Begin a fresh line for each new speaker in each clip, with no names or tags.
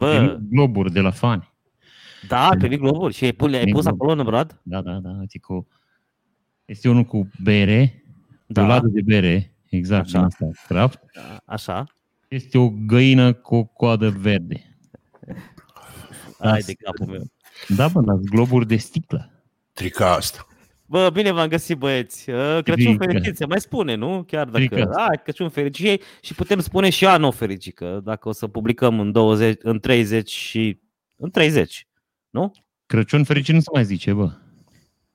Bă,
Primit globuri de la fani.
da, ai primit globul și ai pus, ai
Primit
pus
globul.
acolo în brad?
Da, da, da. Zic cu... Este unul cu bere, da. o
Da,
ladă de bere, exact,
Așa.
din asta, craft.
așa.
Este o găină cu o coadă verde.
Ai de capul meu.
Da, bă, dar globuri de sticlă.
Trica asta.
Bă, bine v-am găsit, băieți. Uh, Crăciun
Frică.
fericit, se mai spune, nu? Chiar dacă...
Frică.
Da, Crăciun fericit și putem spune și anul fericit, că dacă o să publicăm în 20, în 30 și... În 30.
Crăciun fericit nu se mai zice, bă.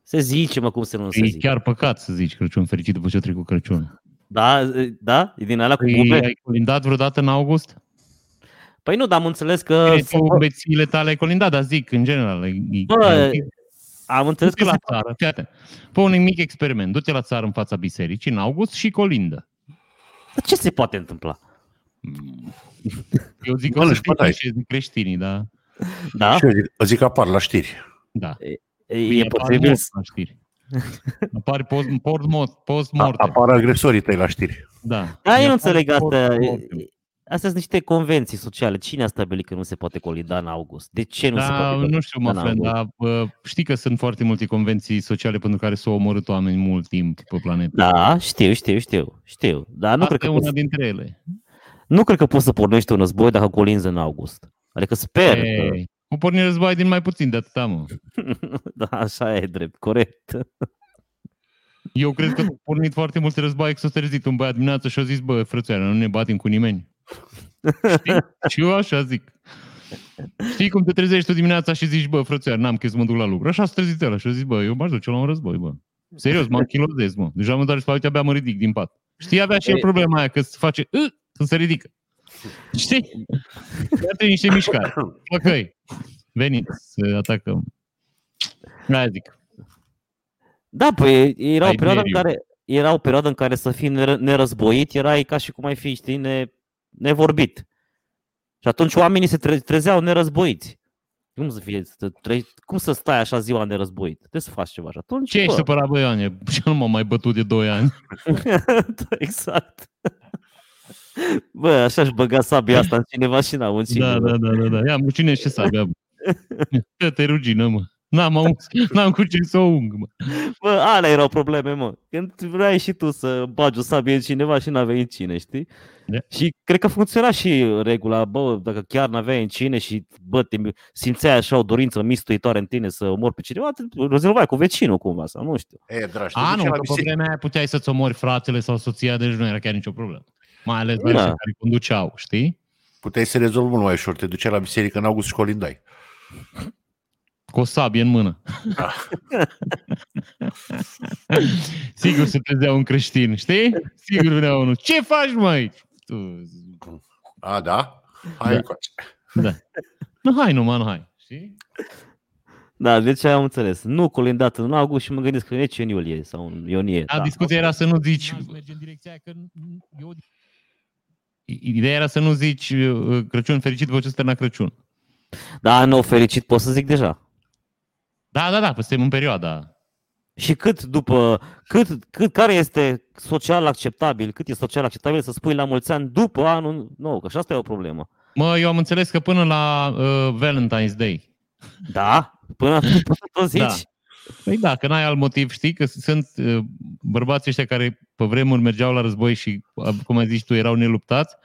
Se zice, mă, cum să nu se
e
zice.
Păi chiar păcat să zici Crăciun fericit după ce a trecut Crăciun.
Da, e, da? E din alea cu
Păi,
bube?
ai colindat vreodată în august?
Păi nu, dar am înțeles că...
Bine, tu, bețiile tale ai colindat, dar zic, în general. e- e-
Bă,
e-
am înțeles
Du-te
că...
la
se-
țară, fii atent. Fă un mic experiment. Du-te la țară în fața bisericii în august și colindă.
Dar Ce se poate întâmpla? Mm.
Eu zic că
Bă,
o să
își bătaie.
fie de creștinii, da?
Da?
Și eu zic, zic apar la știri.
Da.
E, e posibil să...
știri. Apar post, post, post
A,
morte.
apar agresorii tăi la știri.
Da.
Da, eu
Apar
nu înțeleg
post
asta.
mortem.
Astea sunt niște convenții sociale. Cine a stabilit că nu se poate colida în august? De ce nu se poate
Da,
colida?
nu știu, mă,
Da,
friend,
n-am
dar bă, știi că sunt foarte multe convenții sociale pentru care s-au omorât oameni mult timp pe planetă.
Da, știu, știu, știu, știu. Dar nu
Asta
cred,
e
că
una
poți,
dintre ele.
nu cred că poți să pornești un război dacă colinzi în august. Adică sper că...
Ei, O porni război din mai puțin de atâta, mă.
Da, așa e drept, corect.
Eu cred că au pornit foarte multe războaie, că s-a trezit un băiat dimineață și a zis, bă, frățioară, nu ne batem cu nimeni. Știi? și eu așa zic. Știi cum te trezești tu dimineața și zici, bă, frățioară, n-am chef să mă duc la lucru. Așa s-a trezit el și a zis, bă, eu m-aș duce la un război, bă. Serios, mă închilozez, mă. Deja mă doare spate, abia mă ridic din pat. Știi, avea și el
Ei.
problema aia, că se face, "Ă", să se ridică. Știi? Iată niște mișcare. Ok. Veniți să atacăm. Aia zic. da
Da, păi era o
Ai
perioadă în
meriu.
care era o perioadă în care să fii neră- nerăzboit, erai ca și cum ai fi, știi, ne, nevorbit. Și atunci oamenii se tre- trezeau nerăzboiți. Cum să, fie, să tre- cum să stai așa ziua nerăzboit? Trebuie să faci ceva. Și atunci,
Ce ești
bă,
supărat, bă, Ioane? Și nu m-am mai bătut de 2 ani.
Da, exact. Bă, așa își băga sabia asta în cineva și n-a muncit.
Da, da, da, da, da. Ia, mă, cine ce să avea? bă? Că te rugină, mă. N-am, auz, n-am cu ce să o ung, mă.
Bă, alea erau probleme, mă. Când vrei și tu să bagi o sabie în cineva și n-aveai în cine, știi?
Da.
Și cred că funcționa și regula, bă, dacă chiar n-aveai în cine și, bă, te simțeai așa o dorință mistuitoare în tine să omori pe cineva, te rezolvai cu vecinul cumva, sau nu știu.
E, dragi, te
A, nu,
duci la
că pe
biserică.
vremea aia puteai să-ți omori fratele sau soția, deci nu era chiar nicio problemă. Mai ales
Da.
la da. care conduceau, știi?
Puteai să rezolvi mult mai ușor. Te duceai la biserică în august și colindai.
Cu o sabie în mână.
Da.
Sigur se trezea un creștin, știi? Sigur venea unul. Ce faci, măi? Tu... zi-
A, da?
Da.
Hai da. încoace.
Nu, hai numai, nu, hai. Știi?
Da, deci am înțeles. Nu colindat în august și mă gândesc că e nici în iulie sau în ionie.
A,
da.
discuția era să nu zici... Ideea era să nu zici uh, Crăciun fericit, vă ce la Crăciun.
da, nu, fericit pot să zic deja.
Da, da, da, păi suntem în perioada.
Și cât după, cât, cât, care este social acceptabil, cât e social acceptabil să spui la mulți ani după anul nou, că și asta e o problemă.
Mă, eu am înțeles că până la uh, Valentine's Day.
Da? Până atunci poți să tot zici?
Da. Păi da, că n-ai alt motiv, știi, că sunt uh, bărbații ăștia care pe vremuri mergeau la război și, uh, cum ai zis tu, erau neluptați.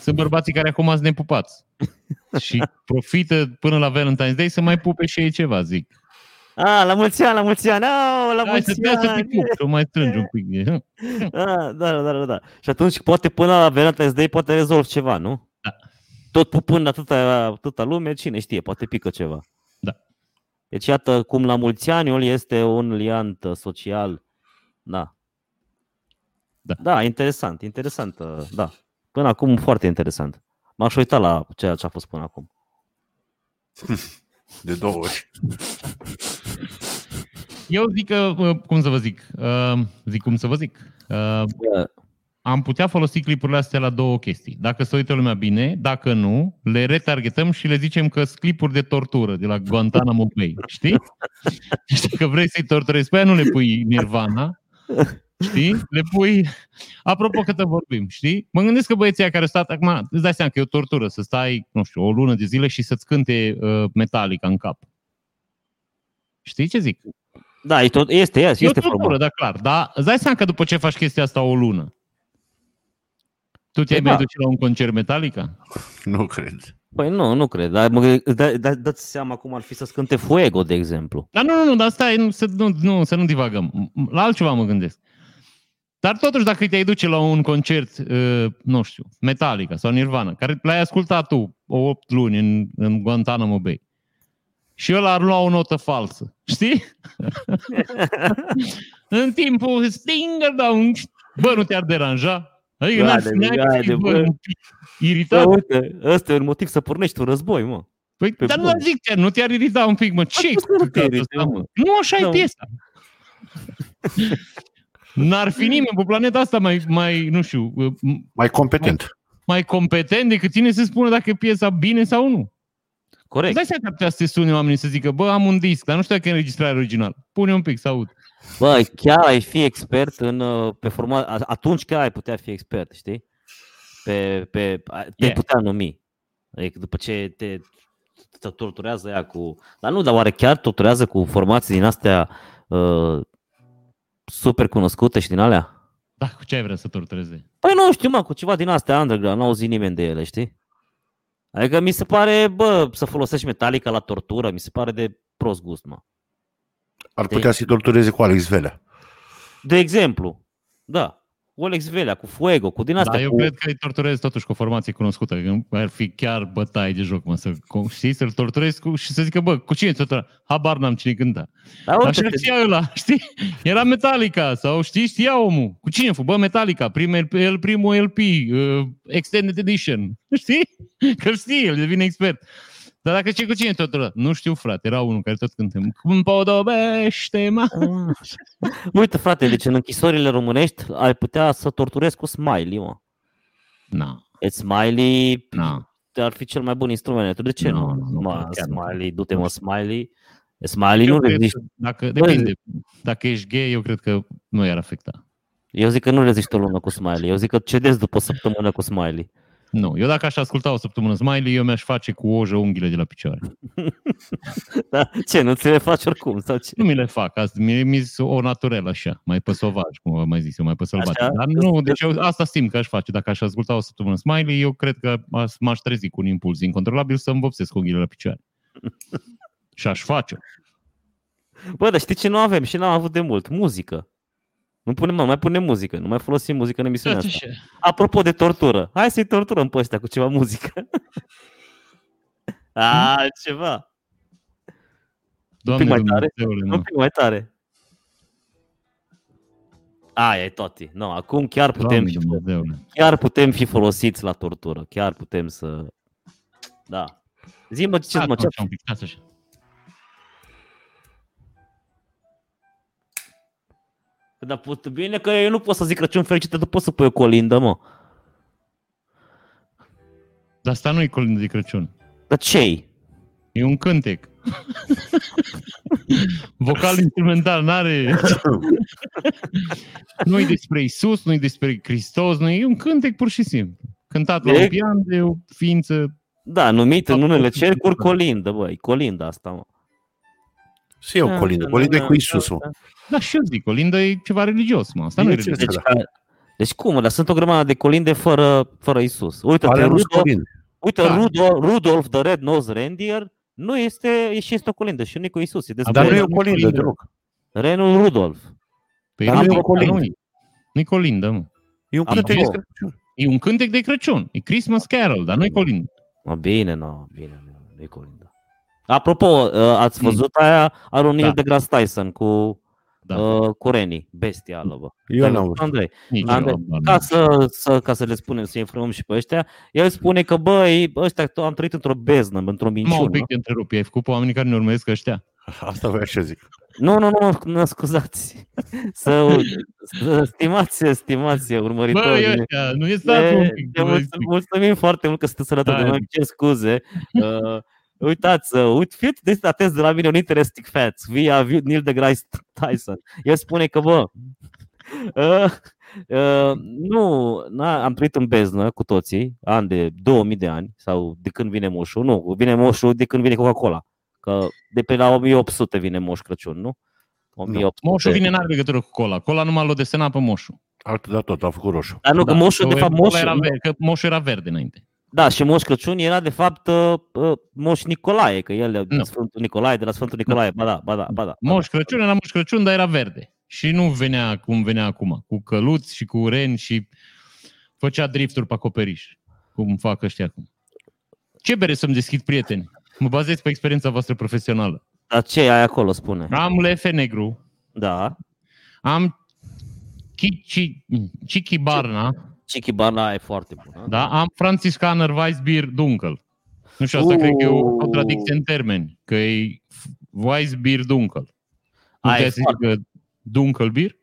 Sunt bărbații care acum sunt nepupați. și profită până la Valentine's Day să mai pupe și ei ceva, zic.
A, Ah, la mulți ani, la mulți ani, au, la
Hai să
mulți
te să te
ani.
pup, să o mai strângi un pic. de-
A, da, da, da, da, Și atunci poate până la Valentine's Day poate rezolvi ceva, nu?
Da.
Tot pupând atâta, atâta lume, cine știe, poate pică ceva.
Da.
Deci iată cum la mulți aniul este un liant uh, social. Da.
Da.
Da, interesant, interesant, uh, da. Până acum foarte interesant. M-aș uita la ceea ce a fost până acum.
De două ori.
Eu zic că, uh, cum să vă zic, uh, zic cum să vă zic, uh, am putea folosi clipurile astea la două chestii. Dacă se uită lumea bine, dacă nu, le retargetăm și le zicem că sunt clipuri de tortură de la Guantanamo Bay, știi? Și dacă vrei să-i torturezi pe aia, nu le pui Nirvana, Știi? Le pui... Apropo că te vorbim, știi? Mă gândesc că băieții aia care au stat acum, îți dai seama că e o tortură să stai, nu știu, o lună de zile și să-ți cânte uh, Metallica în cap. Știi ce zic?
Da, e tot, este, este,
E o
este
tortură,
frumos.
da, clar. Dar îți dai seama că după ce faci chestia asta o lună, tu te-ai
Păi
mai
da.
duce la un concert Metallica?
Nu cred.
Păi nu, nu cred. Dar mă, gândesc- da, da, dați seama cum ar fi să-ți cânte Fuego, de exemplu.
Dar nu, nu, nu, dar stai, nu, să nu, nu, să nu divagăm. La altceva mă gândesc. Dar totuși, dacă te-ai duce la un concert, uh, nu știu, Metallica sau Nirvana, care l-ai ascultat tu o 8 luni în, în Guantanamo Bay, și el ar lua o notă falsă, știi? în timpul stinger down, bă, nu te-ar deranja? Adică
Da,
n-ar
de-
fi n-ai
da,
fi,
de-
bă,
bă.
un pic
Da,
iritat?
uite, ăsta e un motiv să pornești un război, mă.
Păi,
Pe
dar nu
bune.
ar zic, chiar, nu te-ar irita un pic, mă, ce
spus că nu te
căcatul
irite,
ăsta,
mă.
Nu așa e
Da.
piesa. N-ar fi nimeni pe planeta asta mai, mai, nu știu, m-
Mai competent.
mai competent decât tine să spună dacă e piesa bine sau nu. Îți
Corect.
dai seama că ar putea să te sune oamenii să zică, bă, am un disc, dar nu știu dacă e înregistrare originală. Pune un pic să aud.
Bă, chiar ai fi expert în uh, pe forma... a- Atunci chiar ai putea fi expert, știi? Pe, pe, a- te
Yeah.
yeah. putea numi. Adică după ce te, te torturează ea cu... Dar nu, dar oare chiar torturează cu formații din astea uh, super cunoscute și din alea?
Da, cu ce ai vrea să tortureze?
Păi nu știu, mă, cu ceva din astea underground, n-au auzit nimeni de ele, știi? Adică mi se pare, bă, să folosești Metallica la tortură, mi se pare de prost gust, mă.
Ar putea să-i tortureze cu Alex Velea.
De exemplu, da, cu Alex Velea, cu Fuego, cu din astea,
Da, eu
cu...
cred că îi torturez totuși cu o formație cunoscută, că ar fi chiar bătaie de joc, mă, să, cu- știi, să-l torturez cu, și să zică, bă, cu cine te tortura? Habar n-am cine cânta.
Dar
Așa
uite-te,
știa ăla, știi? Era Metallica sau știi, știa omul. Cu cine fu? Bă, Metallica, prim, LP, el primul LP, uh, Extended Edition, știi? Că știi, el devine expert. Dar dacă ce cu cine tot ăla? Nu știu, frate, era unul care tot cântă. Cum podobește, mă?
Uite, frate, deci în închisorile românești ai putea să torturezi cu Smiley, mă.
Na,
Et Smiley
na.
ar fi cel mai bun instrument. De ce
Nu,
nu?
nu, nu,
mă,
chiar nu.
Smiley, du-te, mă, Smiley. Smiley
Eu
nu
cred
reziști.
că Dacă, depinde. Dacă ești gay, eu cred că nu i-ar afecta.
Eu zic că nu reziști o lună cu Smiley. Eu zic că cedezi după o săptămână cu Smiley.
Nu, eu dacă aș asculta o săptămână Smiley, eu mi-aș face cu ojă unghiile de la picioare.
Da? Ce, nu ți le faci oricum? Sau ce?
Nu mi le fac, asta, mi mi o naturel așa, mai pe sovaj, cum am mai zis eu, mai pe sălbatic.
Așa?
Dar nu, deci eu, asta simt că aș face. Dacă aș asculta o săptămână Smiley, eu cred că aș- m-aș trezi cu un impuls incontrolabil să-mi vopsesc unghiile la picioare. Și aș face
Bă, dar știi ce nu avem și n-am avut de mult? Muzică. Nu punem, mă, mai punem muzică. Nu mai folosim muzică în emisiunea asta. Apropo de tortură, hai să-i torturăm pe ăștia cu ceva muzică. A, ceva.
Doamne
Un pic mai tare.
Dumnezeule, mă.
Un pic mai tare. Aia e toti. No, acum chiar putem,
Doamne
fi,
Dumnezeule.
chiar putem fi folosiți la tortură. Chiar putem să... Da. Zi-mă ce mă, ce...
Stați așa un pic, stați așa.
Dar put, bine că eu nu pot să zic Crăciun fericit, tu poți să pui o colindă, mă.
Dar asta nu e colindă de Crăciun.
Dar ce
E un cântec. Vocal instrumental, n-are... nu e despre Isus, nu e despre Hristos, nu e un cântec pur și simplu. Cântat la un
E-
pian de o ființă.
Da, numit în
Da,
unele
pot să zic
cercuri
că-
colindă, bă, e colinda asta, mă.
Să iau colindă. Colindă e cu Isus. mă.
Dar Da, și eu zic, Olinda e ceva religios, mă. Asta nu e
Bine,
religios.
Deci,
Da.
ca- deci cum, mă, dar sunt o grămadă de colinde fără, fără Isus. Uite-te,
Ale nu
Rudo,
colindă.
uite
Da.
Rudo, Rudolf the Red Nose Reindeer nu este, e și este o colindă și nu e cu Isus. E despre
Dar nu e o
nu-i
colindă
colindă.
deloc.
Renul Rudolf.
Păi
Dar
nu
nu
e
e o colindă.
colindă. Nu e colindă, mă.
E un
Apropo.
cântec de Crăciun.
E un cântec de Crăciun. E Christmas Carol, dar nu e colindă.
Mă, bine, nu, bine, nu, nu e colindă. Apropo, uh, ați
Mm.
văzut aia a lui Neil
Da.
deGrasse Tyson cu,
Da,
uh, cu Rennie, bestială, bă.
Eu
Ai
n-am
văzut,
văzut.
Andrei,
nici
Andrei,
eu, doamne.
ca Da, să, să, ca să le spunem, să informăm și pe ăștia, el spune că, băi, ăștia to- am trăit într-o beznă, într-o
Mă, un
minciună.
pic te întrerup. I-ai făcut pe oamenii care ne urmăresc ăștia.
Asta vreau să zic.
Nu, nu, nu, nu, scuzați. Să, să stimați, stimați
Bă,
urmăritorii.
e ăștia, nu e stați Da, un
Ne-
pic.
ne
vă
mulțu-
zic.
mulțumim foarte mult că sunteți alături de
Da.
noi. Îmi cer scuze. Uh, uitați, uh, uit, fiți des- atenți de la mine un interesting fact via Neil deGrasse Tyson. El spune că, bă, Uh, uh, nu, na, am trăit în beznă cu toții, ani de 2000 de ani, sau de când vine moșul. Nu, vine moșul de când vine Coca-Cola. Că de pe la 1800 vine moș Crăciun, nu? 1800.
Moșul vine, n-are legătură cu cola. Cola numai l-a desenat pe moșul.
Altă de tot, am făcut roșu.
Dar nu, da, că moșul, de
Că
fapt,
cola
moșul,
Era verde, că moșul era verde înainte.
Da, și Moș Crăciun era de fapt uh, uh, Moș Nicolae, că el e
Nu.
Sfântul Nicolae, de la Sfântul Nicolae, ba da, ba da, ba da.
Da. Moș Crăciun era moș Crăciun, dar era verde. Și nu venea cum venea acum, cu căluți și cu reni și făcea drifturi pe acoperiș, cum fac ăștia acum. Ce bere să-mi deschid, prieteni? Mă bazez pe experiența voastră profesională.
Dar ce ai acolo, spune?
Am lefe negru,
Da.
am Chichi, Chichi Barna,
Chichi Barna e foarte bună.
da? am Franciscaner Weissbier Dunkel. Nu știu, asta
Uuu.
cred că e o contradicție în termeni, că e Weissbier Dunkel. Nu
Ai
putea să zic
foarte-
că Dunkel Beer?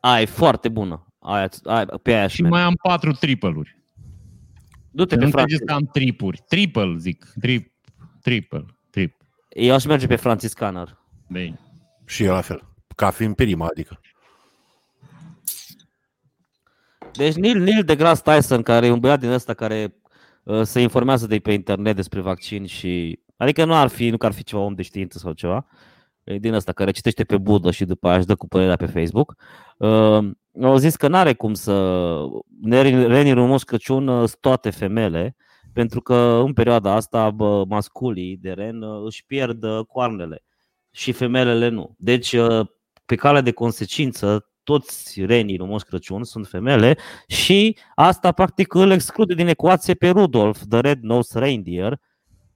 Aia e foarte bună. Aia, aia, pe aia
Și
merg.
mai am patru triple-uri.
Du-te
Să
pe
Nu
Francis.
credeți că am tripuri. Triple, zic. Trip, triple, trip.
Eu aș merge pe Francis Canar.
Bine.
Și eu la fel. Ca fiind prima, adică.
Deci Neil, Neil deGrasse Tyson, care e un băiat din ăsta care uh, se informează de pe internet despre vaccin și... Adică nu ar fi, nu că ar fi ceva om de știință sau ceva. E din ăsta care citește pe Budă și după aia își dă cu părerea pe Facebook. Uh, au zis că n-are cum să... Neri- Reni Rumos Crăciun uh, sunt toate femele, pentru că în perioada asta bă, masculii de ren uh, își pierd uh, coarnele și femelele nu. Deci, uh, pe calea de consecință, toți renii Rumos Crăciun sunt femele și asta practic îl exclude din ecuație pe Rudolf, The Red Nose Reindeer,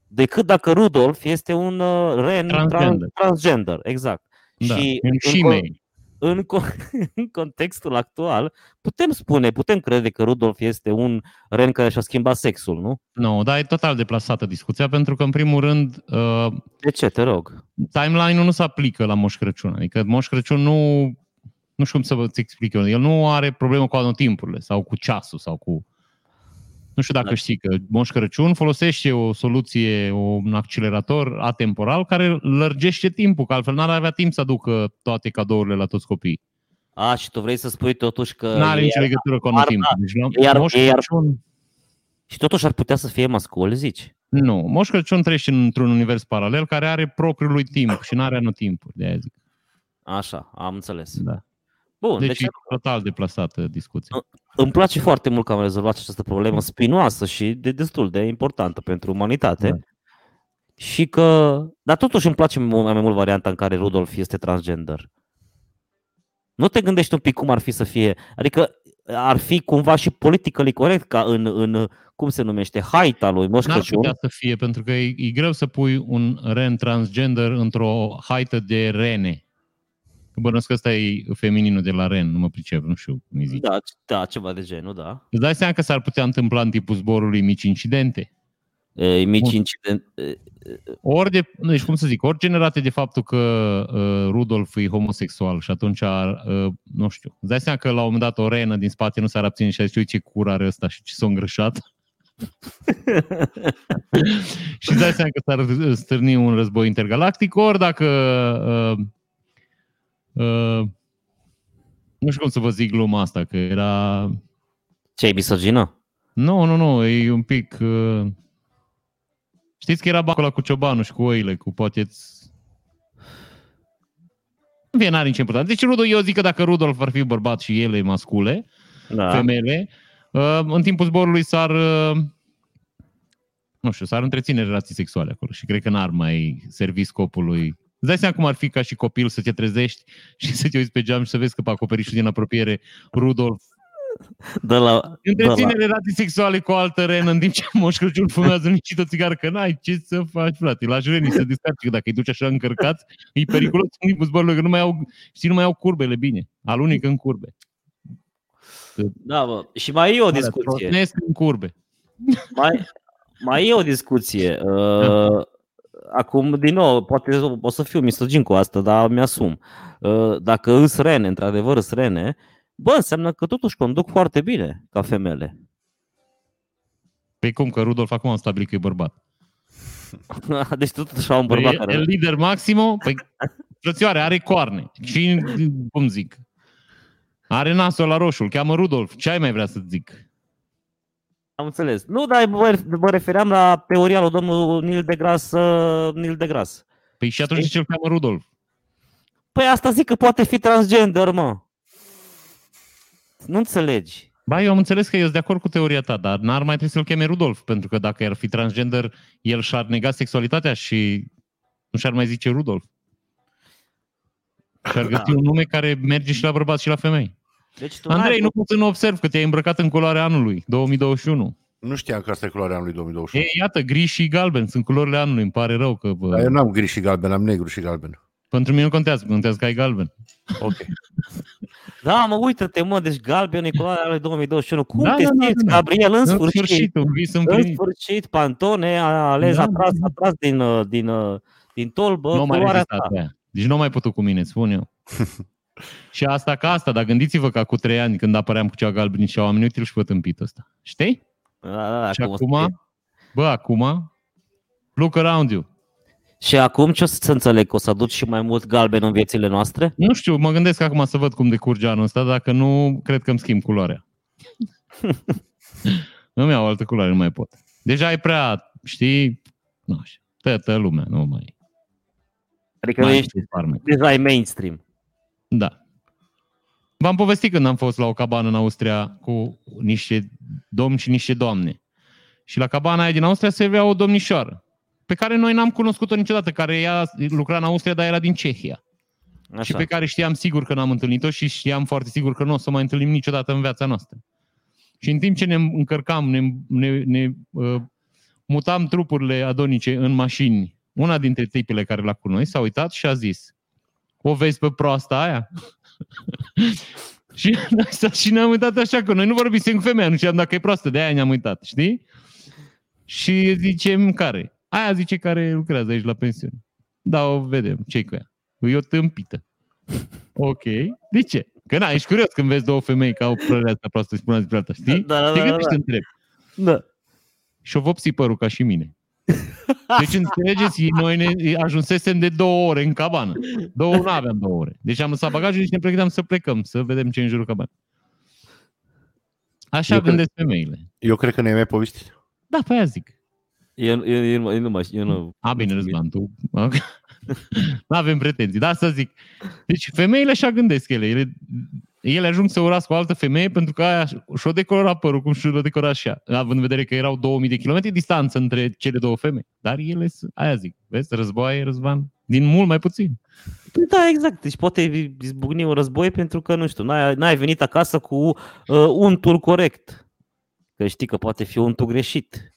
decât dacă Rudolf este un uh, ren transgender.
Transgender.
transgender exact.
Da.
Și
Și, în
în-
shimei.
În, co- în contextul actual, putem spune, putem crede că Rudolf este un ren care și-a schimbat sexul, nu?
Nu, no, dar e total deplasată discuția, pentru că, în primul rând, uh,
De ce, te rog?
timeline-ul nu se aplică la Moș Crăciun. Adică Moș Crăciun nu... Nu știu cum să vă ți explic eu. El nu are problemă cu anotimpurile sau cu ceasul sau cu... Nu știu dacă
Da.
știi că Moș Crăciun folosește o soluție, un accelerator atemporal care lărgește timpul, că altfel n-ar avea timp să aducă toate cadourile la toți copiii.
A, și tu vrei să spui totuși că...
Nu are
e-
nicio legătură cu
ar-
anotimpul. Deci, la-
ei ar-
Moș
ei ar-
Crăciun,
Și totuși ar putea să fie mascul, zici?
nu. Moș Crăciun trăiește într-un univers paralel care are propriul lui timp și nu are anotimpul. De aia zic.
Așa, am înțeles.
Da.
Bun, deci,
Deci e total deplasată discuția.
îmi place foarte mult că am rezolvat această problemă spinoasă și de destul de importantă pentru umanitate.
Da.
Și că, dar totuși îmi place mult- mai mult varianta în care Rudolf este transgender. Nu te gândești un pic cum ar fi să fie, adică ar fi cumva și politically corect ca în, în cum se numește, haita lui Moș
N-ar
Crăciun.
putea să fie, pentru că e, e greu să pui un ren transgender într-o haită de rene. Că Bănuiesc că ăsta e femininul de la ren, nu mă pricep, nu știu cum îi zic.
Da, da, ceva de genul, da.
Îți dai seama că s-ar putea întâmpla în tipul zborului mici incidente.
E, mici
Bun.
incident, e,
Ori, de, deci cum să zic, ori generate de faptul că uh, Rudolf e homosexual și atunci, ar, uh, nu știu, îți dai seama că la un moment dat o renă din spate nu s-ar abține și a zis, uite ce cur are ăsta și ce s-a îngrășat. și îți dai seama că s-ar stârni un război intergalactic, ori dacă, uh, uh, nu știu cum să vă zic gluma asta, că era
ce e misogină?
nu, nu, nu, e un pic... Uh... Știți că era bacul ăla cu ciobanul și cu oile, cu poate În fine, n-are nicio importanță. Deci Rudolf, eu zic că dacă Rudolf ar fi bărbat și ele mascule,
Da.
da. femele, uh, în timpul zborului s-ar... Uh... Nu știu, s-ar întreține relații sexuale acolo și cred că n-ar mai servi scopului. Îți dai seama cum ar fi ca și copil să te trezești și să te uiți pe geam și să vezi că pe acoperișul din apropiere Rudolf
De la, de la,
Întreține relații sexuale cu o altă renă în timp ce Moș Crăciun fumează un o țigară, că n-ai ce să faci, frate. La jurenii se descarce, că dacă îi duci așa încărcați, e periculos în timpul zborului, că nu mai au, și nu mai au curbele bine. Alunică în curbe.
da, bă. Și mai e o discuție.
Trotnesc în curbe.
mai, mai e o discuție.
Da.
Uh, acum, din nou, poate o să fiu misogin cu asta, dar mi-asum. Uh, dacă îs rene, într-adevăr îs rene, bă, înseamnă că totuși conduc foarte bine ca femele.
Pe Păi cum că Rudolf acum a stabilit că e bărbat.
deci totuși au un bărbat
e,
care...
e lider păi maximo, păi, frățioare, are coarne. Și, cum zic, Are nasul la roșu, îl cheamă Rudolf. Ce ai mai vrea să zic?
Am înțeles. Nu, dar mă, mă refeream la teoria lui domnul Neil deGrasse, uh, Neil deGrasse.
Păi și atunci de ce îl cheamă Rudolf?
Păi asta zic că poate fi transgender, mă. Nu înțelegi.
Ba, eu am înțeles că eu sunt de acord cu teoria ta, dar n-ar mai trebui să-l cheme Rudolf, pentru că dacă ar fi transgender, el și-ar nega sexualitatea și nu și-ar mai zice Rudolf. Și-ar găsi un nume care merge și la bărbați și la femei.
Deci tu
Andrei,
n-ai-
nu pot să nu observ că te-ai îmbrăcat în culoarea anului, 2021.
Nu știam că asta e culoarea anului 2021.
E, iată, gri și galben sunt culorile anului, îmi pare rău că... Bă,
Dar eu n-am gri și galben, am negru și galben.
Pentru mine nu contează, contează că ai galben.
Ok.
Da, mă, uite-te, mă, deci galben e culoarea lui 2021. Cum
Da,
te
da, da,
simți,
da, da.
Gabriel, în
În
sfârșit?
sfârșit, un vis
În
împlinit.
sfârșit, Pantone a ales,
Da,
a tras,
da.
a tras din, uh, din, uh, din tolbă
Nu mai
culoarea
rezistat
ta.
pe aia. Deci nu mai putut cu mine, spun eu. și asta ca asta, dar gândiți-vă că cu trei ani când apăream cu cea galbenă și oamenii util și pătâmpit ăsta. Știi?
Da, da, da,
și
cum o să fie.
acum, bă, acum, look around you.
și acum ce o să înțeleg? Că o să aduci și mai mult galben în viețile noastre?
Nu știu, mă gândesc acum să văd cum decurge anul ăsta, dacă nu, cred că îmi schimb culoarea. nu mi iau altă culoare, nu mai pot. Deja e prea, știi, nu știu, tătă lumea, nu mai...
Adică
mai
ești
farmec.
deja e mainstream.
Da. V-am povestit când am fost la o cabană în Austria cu niște domni și niște doamne. Și la cabana aia din Austria servea o domnișoară, pe care noi n-am cunoscut-o niciodată, care ea lucra în Austria, dar era din Cehia.
Așa.
Și pe care știam sigur că n-am întâlnit-o și știam foarte sigur că nu o să o mai întâlnim niciodată în viața noastră. Și în timp ce ne încărcam, ne, ne, ne uh, mutam trupurile adonice în mașini, una dintre tipele care l-a cu noi s-a uitat și a zis O vezi pe proasta aia? și, noi s- Păi și ne-am uitat așa, că noi nu vorbim cu femeia, nu știam dacă e proastă, de aia ne-am uitat, știi? Și zicem care? Aia zice care lucrează aici la pensiune. Da, o vedem, ce cu ea? E o tâmpită. Ok. De ce? Că na, ești curios când vezi două femei ca au părerea asta proastă și spunea despre alta, știi?
Da, da,
Te
da, da,
gândești
da.
să întrebi.
Da.
Și-o vopsi părul ca și mine. Deci înțelegeți, noi ne ajunsesem de două ore în cabană. Două, nu aveam două ore. Deci am lăsat bagajul și ne pregăteam să plecăm, să vedem ce e în jurul cabanei. Așa
Eu cred-
gândesc femeile.
Eu cred că ne-ai mai povestit.
Da, pe aia zic.
Eu, eu, eu, nu- eu, nu mai eu nu...
A, bine, Răzvan, tu... nu avem pretenții, dar să zic. Deci femeile așa gândesc ele. ele. Ele ajung să urască cu o altă femeie pentru că aia și-o decora părul cum și-o decora așa, având în vedere că erau 2000 de kilometri distanță între cele două femei. Dar ele, sunt- aia zic, vezi, războaie, Răzvan, din mult mai puțin.
Da, exact. Deci poate izbucni un război pentru că, nu știu, n-ai, n-ai venit acasă cu uh, untul corect. Că știi că poate fi untul greșit.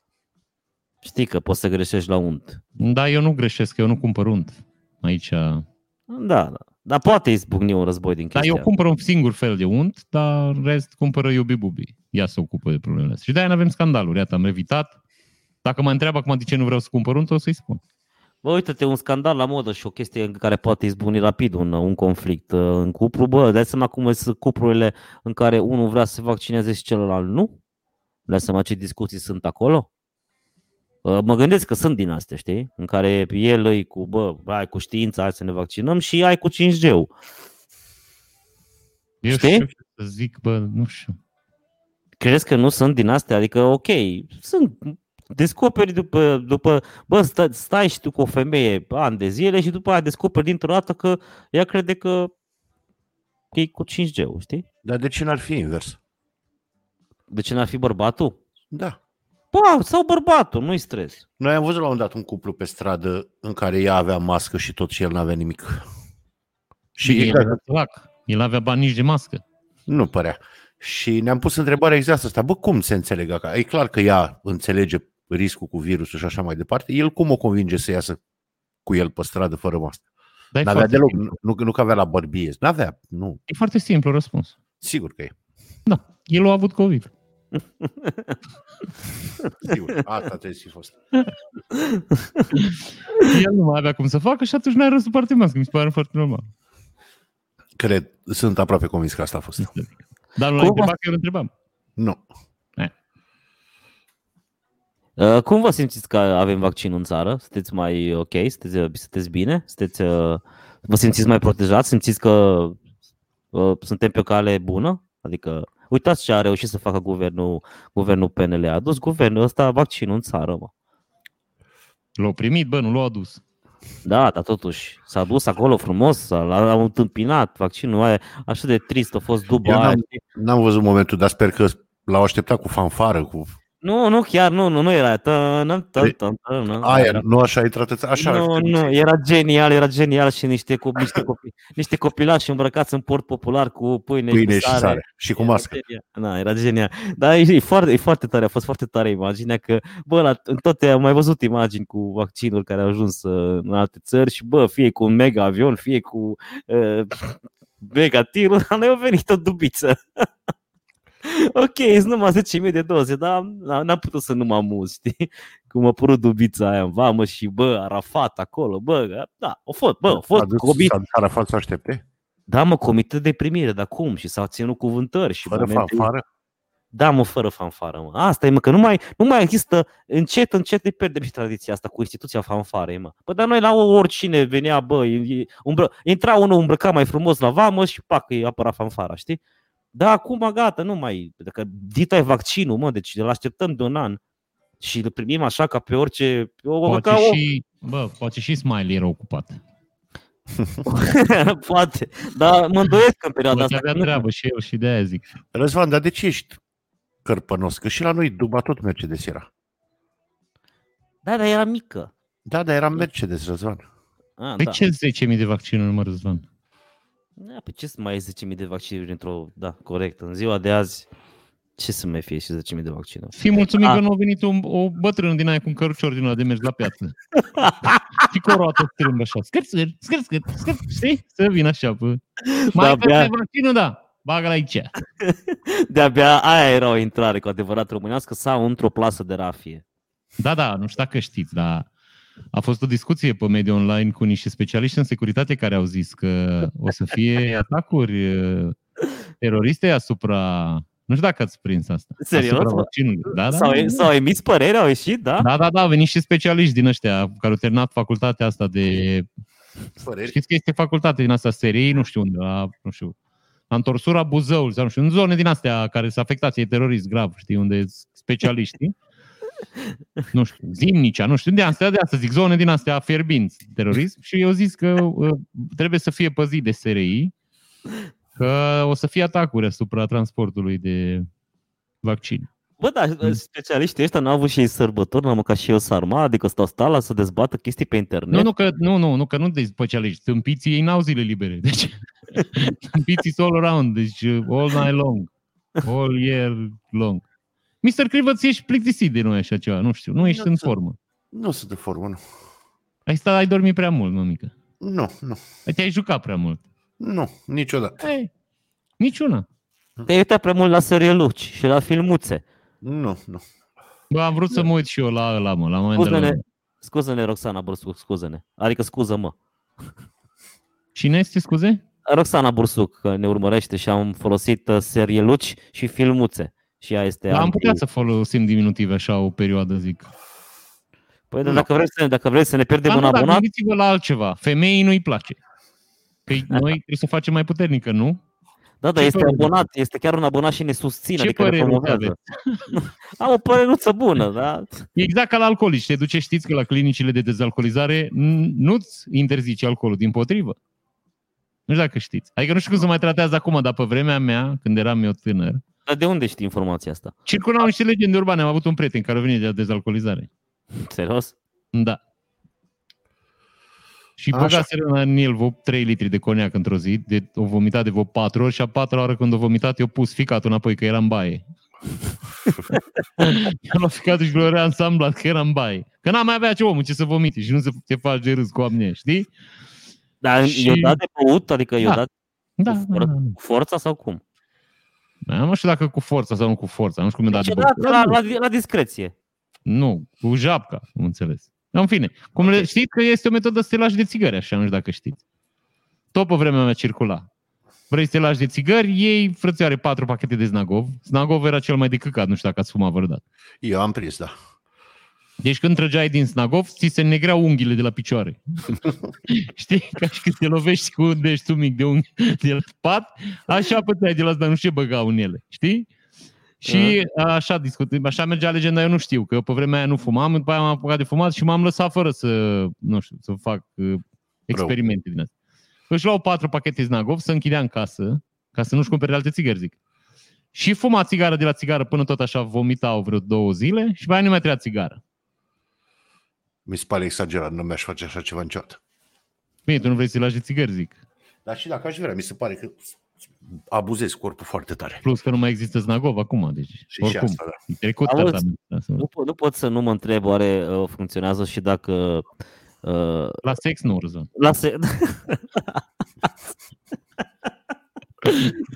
Știi că poți să greșești la unt.
Da, eu nu greșesc, eu nu cumpăr unt aici. Dar
Da, da. Dar poate izbucni un război din chestia.
eu cumpăr un singur fel de unt, dar în rest cumpără iubi bubi. Ea se ocupă de problemele astea. Și de-aia avem scandaluri, iată, am evitat. Dacă mă întreabă acum de ce nu vreau să cumpăr unt, o să-i spun.
Bă, uite-te, un scandal la modă și o chestie în care poate izbuni rapid un, un conflict uh, în cuplu. Bă, dai seama cum sunt cuplurile în care unul vrea să se vaccineze și celălalt nu? Dai seama ce discuții sunt acolo? Uh, Mă gândesc că sunt din astea, știi? În care el îi cu, bă, ai cu știința, hai să ne vaccinăm și ai cu 5G-ul.
Eu
Știi?
știu ce să zic, bă, nu știu.
Crezi că nu sunt din astea? Adică, ok, sunt descoperi după, după bă, stai, stai și tu cu o femeie ani de zile și după aia descoperi dintr-o dată că ea crede că e cu 5G-ul, știi?
Dar de ce n-ar fi invers?
De ce n-ar fi bărbatul?
Da.
Bă, sau bărbatul, nu-i stres.
Noi am văzut la un dat un cuplu pe stradă în care ea avea mască și tot și el n-avea nimic. Și
el,
exact,
era sărac. el avea bani nici de mască.
Nu părea. Și ne-am pus întrebarea exact asta. Bă, cum se înțeleg acá? E clar că ea înțelege riscul cu virusul și așa mai departe. El cum o convinge să iasă cu el pe stradă fără mască?
Dar e
N-avea
foarte,
deloc,
Simplu.
nu, nu că avea la bărbie. N-avea, nu.
e foarte simplu răspuns.
Sigur că e.
Da, el a avut COVID.
Sigur. Asta trebuie să fi fost.
El nu mai avea cum să facă și atunci n-a răs parte mască. Mi se pare foarte normal.
Cred, sunt aproape convins că asta a fost.
Dar nu l-a
Cum?
întrebat că eu îl întrebam.
Nu.
Uh, cum vă simțiți că avem vaccinul în țară? Sunteți mai ok? uh, Sunteți, sunteți bine? Sunteți, uh, vă simțiți mai protejați? Simțiți că uh, suntem pe o cale bună? Adică, uitați ce a reușit să facă guvernul, guvernul PNL. A dus guvernul ăsta vaccinul în țară, mă.
L-au primit, bă, nu l-au adus.
Da, dar totuși s-a dus acolo frumos, s-a- l-a- l-au întâmpinat vaccinul aia, așa de trist a fost
Eu
după aia.
n-am, n-am văzut momentul, dar sper că l-au așteptat cu fanfară, cu
Nu, nu chiar, nu, nu, nu era. Tân, tân, tân, tân, nu.
aia, nu așa a intrat, în țară, așa.
Nu, nu, era genial, era genial și niște, co- niște, copii, niște copilași îmbrăcați în port popular cu pâine,
pâine și sare și cu
Era
mască.
genial. Na, era genial. Dar e, e, foarte, e foarte tare, a fost foarte tare imaginea că, bă, la, în toate am mai văzut imagini cu vaccinuri care au ajuns uh, în alte țări și, bă, fie cu un mega avion, fie cu uh, mega tirul, dar noi au venit o dubiță. ok, sunt numai 10.000 de doze, dar n- n-am putut să nu mă amuz, știi? Cum a apărut dubița aia în vamă și, bă, Arafat acolo, bă, da, o fost, bă, a fost
A dus-
COVID.
s-a dus Arafat să aștepte,
Da, mă, comitet de primire, dar cum? Și s-au ținut cuvântări și
fără
momente
fanfară.
da, mă, fără fanfară, mă. Asta e, mă, că nu mai, nu mai există, încet, încet ne pierdem și tradiția asta cu instituția fanfarei, mă. Păi, dar noi la oricine venea, bă, e- e- umbră, intra unul îmbrăcat mai frumos la vamă și pac, îi apăra fanfara, știi? Da, acum, gata, nu mai, dacă dita e vaccinul, mă, deci îl așteptăm de un an și îl primim așa ca pe orice, o,
Poate
ca Da, o,
și, bă, poate și Smiley era ocupat.
poate, dar mă îndoiesc că în perioada
Poate
da, asta.
avea
că nu-
treabă și el și de aia zic.
Răzvan, dar de ce ești cărpănos? Că și la noi Duba tot Mercedes era.
Da, dar era mică.
Da, dar era Mercedes, Răzvan.
Ah,
Păi
da.
ce 10.000 de vaccinuri, mă, Răzvan?
Da, pe ce să mai ai 10.000 de vaccinuri într-o... Da, corect. În ziua de azi, ce să mai fie și 10.000 de vaccinuri?
Fii mulțumit
Păi, A.
că nu a venit un, o bătrână din aia cu un cărucior din ăla de mers la piață. și cu o roată strâmbă așa. Scârt, scârt, scârt, scârt, scârt, știi? Să vină așa, bă. Mai da,
abia-
vaccinul, da. Bagă-l aici.
De-abia aia era o intrare cu adevărat românească sau într-o plasă de rafie.
Da, da, nu știu dacă știți, dar a fost o discuție pe media online cu niște specialiști în securitate care au zis că o să fie atacuri eh, teroriste asupra... Nu știu dacă ați prins asta.
Serios?
Asupra vaccinului. Da, da,
s-au,
da.
s-au emis păreri, au ieșit, da?
Da, da, da, au venit și specialiști din ăștia care au terminat facultatea asta de...
Păreri?
Știți că este facultate din asta serii, nu știu unde, la, nu știu, la întorsura Buzăul sau nu știu, în zone din astea care sunt afectați, e terorist grav, știi, unde sunt specialiștii. nu știu, Zimnicea, nu știu, de astea, de astea zic, zone din astea fierbinți, terorism. Și eu zis că uh, trebuie să fie păzit de SRI, că o să fie atacuri asupra transportului de vaccin.
Bă, da, specialiștii ăștia n-au avut și ei sărbători, n-au mâncat și eu sarma, adică stau stala să dezbată chestii pe internet.
Nu, nu, că nu, nu, nu, că nu de specialiști. Tâmpiții ei n-au zile libere. Deci, tâmpiții sunt all around, deci uh, all night long. All year long. Mr. Crivăț, ești plictisit de noi așa ceva, nu știu, nu ești
Nu
în
sunt.
formă.
Nu sunt în formă, nu.
Ai stat, ai dormit prea mult, mămică.
Nu, nu,
Te-ai jucat prea mult.
nu, niciodată.
Ei, niciuna.
Te-ai uitat prea mult la serie luci și la filmuțe.
Nu, nu.
Bă, am vrut să mă uit și eu la ăla, mă, la momentele
Scuze-ne,
alea.
scuze-ne Roxana Bursuc, scuze-ne. Adică scuză-mă.
Cine este, scuze?
Roxana Bursuc că ne urmărește și am folosit uh, serie luci și filmuțe. Și ea este
Dar am
anti-
putea să folosim diminutive așa o perioadă, zic.
Păi, dar dacă, vreți să, dacă vreți să ne pierdem
Dar
un
nu, dar
abonat,
gândiți-vă la altceva. Femeii nu-i place. Că noi trebuie să o facem mai puternică, nu?
da, da,
ce
este
părere
abonat, este chiar un abonat și ne susține,
Ce
adică ne
părere
promovează. am o păreruță bună, da?
E Exact ca la alcoolici. Te duce, știți că la clinicile de dezalcoolizare n- nu-ți interzice alcoolul, din potrivă. Nu știu dacă știți. Adică nu știu cum se mai tratează acum, dar pe vremea mea, când eram eu tânăr,
Dar de unde știi informația asta?
circulau niște legende urbane. Am avut un prieten care a venit de la dezalcoolizare.
Serios?
Da. Și
Așa.
băgaseră în el vreo 3 litri de coniac într-o zi, de, o vomitat de vreo 4 ori și a patra oară când o vomitat, eu pus ficatul înapoi că era în baie. Eu l-a ficat și glorea ansamblat că era în baie. Că n-am mai avea ce omul ce să vomite și nu să te faci de râs cu oamenii, știi?
Dar
Și-
și... i-o dat de băut? Adică i-o
Da.
dat
Da,
Cu
da, da, da.
cu forța sau cum?
Da, Nu știu dacă cu forța sau nu cu forța, nu știu cum e dat Da, de
Deci
băut.
la, la, la, la discreție.
Nu, cu japca, am înțeles. În fine, cum le, știți că este o metodă stelaj de țigări, așa, nu știu dacă știți. Tot pe vremea mea circula. Vrei stelaj de țigări, iei frățioare patru pachete de Znagov. Znagov era cel mai de căcat, nu știu dacă ați fumat vreodată.
Eu am prins, da.
Deci când trăgeai din Snagov, ți se negreau unghiile de la picioare. Știi? Ca și când te lovești cu unde ești tu mic de unghi de la pat, așa pățeai de la asta, nu știu ce băgau în ele. Știi? Și așa discutăm, așa mergea legenda, eu nu știu, că pe vremea aia nu fumam, după aia m-am apucat de fumat și m-am lăsat fără să, nu știu, să fac uh, experimente din asta. Își luau patru pachete Snagov, să închidea în casă, ca să nu-și cumpere alte țigări, zic. Și fuma țigară de la țigară până tot așa vomitau vreo două zile și pe aia nu mai trea țigară.
Mi se pare exagerat, nu mi-aș face așa ceva niciodată.
Bine, tu nu vrei să-i lași de țigări, zic.
Dar și dacă aș vrea, mi se pare că abuzezi corpul foarte tare.
Plus că nu mai există Znagov acum, deci
Și, și
oricum.
asta, da.
E trecut
Auzi.
tratamentul.
Nu, po- nu pot să nu mă întreb oare uh, funcționează și dacă uh,
La sex nu urză.
lasă...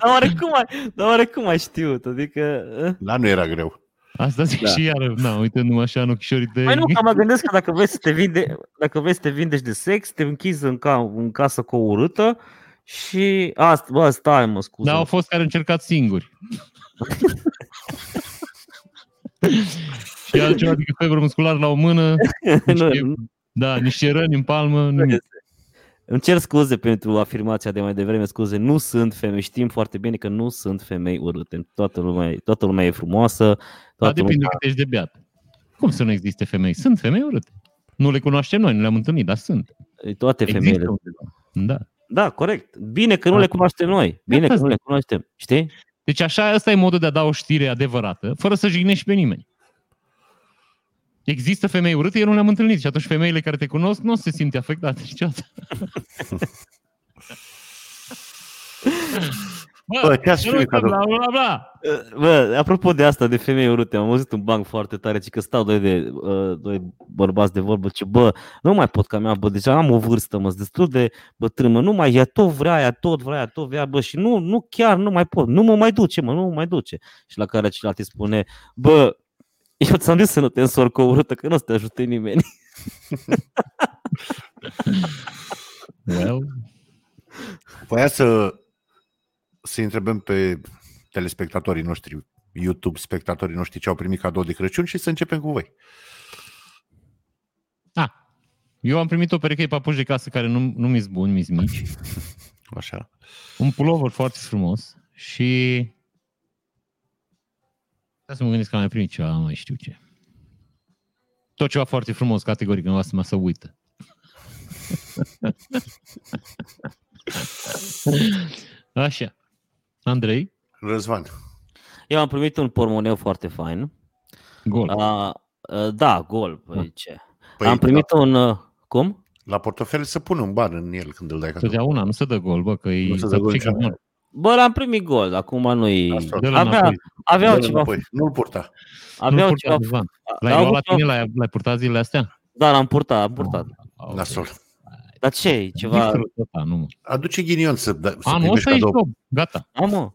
dar oarecum ai, dar oarecum ai știut, adică... uh.
Da, nu era greu.
Asta zic
Da.
și iară, na, uitându-mă așa în ochișorii de...
Mai Păi nu, că mă gândesc că dacă vrei să te, vinde, dacă vrei să te vindești de sex, te închizi în, ca, în casă cu o urâtă și... Asta, bă, stai mă, scuze.
Dar Da, au fost care au încercat singuri. și altceva decât febră muscular la o mână, niște-
nu,
da, niște răni în palmă,
nu
nimic.
este. Îmi cer scuze pentru afirmația de mai devreme, scuze, nu sunt femei, știm foarte bine că nu sunt femei urâte, toată lumea, toată lumea e frumoasă,
Dar
toată lumea...
depinde cât ești de beat. Cum să nu existe femei? Sunt femei urâte. Nu le cunoaștem noi, nu le-am întâlnit, dar sunt.
Toate femeile.
Există Da.
Da, corect. Bine că nu le cunoaștem noi. Bine că nu le cunoaștem. Știi?
Deci așa, ăsta e modul de a da o știre adevărată, fără să jignești pe nimeni. Există femei urâte, eu nu le-am întâlnit și atunci femeile care te cunosc nu se simte afectate niciodată.
Bă, te-a
să nu-
spus, Cadu.
bla, bla, bla.
Bă, apropo de asta, de femei urâte, am auzit un banc foarte tare, ci că stau doi, de, uh, doi bărbați de vorbă, ce bă, nu mai pot ca mea, bă, deja am o vârstă, mă, destul de bătrân, mă, nu mai, ea tot vrea, ea tot vrea, ea tot vrea, bă, și nu, nu chiar, nu mai pot, nu mă mai duce, mă, nu mă mai duce. Și la care celălalt îi spune, bă, eu ți-am zis să nu te însori cu o urâtă, că nu o să te ajute nimeni.
Well,
Voia să, să întrebăm pe telespectatorii noștri, YouTube, spectatorii noștri ce au primit cadou de Crăciun și să începem cu voi.
ah, eu am primit o pereche de papuși de casă care nu, nu mi-s buni, mi-s mici,
Așa.
un pulover foarte frumos și... Stai să mă gândesc că am mai primit ceva, nu mai știu ce. Tot ceva foarte frumos, categoric, nu să mă să uită. Așa. Andrei,
Răzvan,
Eu am primit un pormoneu foarte fain.
gol.
Uh, uh, da, gol. Păi ce?
păi
Am primit un... uh, Cum?
la, la portofel să pun un ban în el când îl dai cadou.
Totdeauna nu se dă gol, bă, că e...
Nu se dă gol
ce
niciodată.
gol.
Bă, l-am primit gol, acum nu-i...
Asta
Dă-l
Avea-
înapoi.
Aveau
Dă-l
ceva...
înapoi. Păi, Nu-l purta.
Nu-l
Aveau
purta,
ceva...
Răzvan.
au
L-ai luat
avut
la
ceva-
tine, l-ai, l-ai purtat zilele astea?
Da, l-am purtat, am purtat.
La sol.
Dar ce e? Ceva...
Da, nu, mă.
Aduce ghinion să, da, să
Anul
primești
ăsta ești
cadou.
top. Gata.
Da, mă.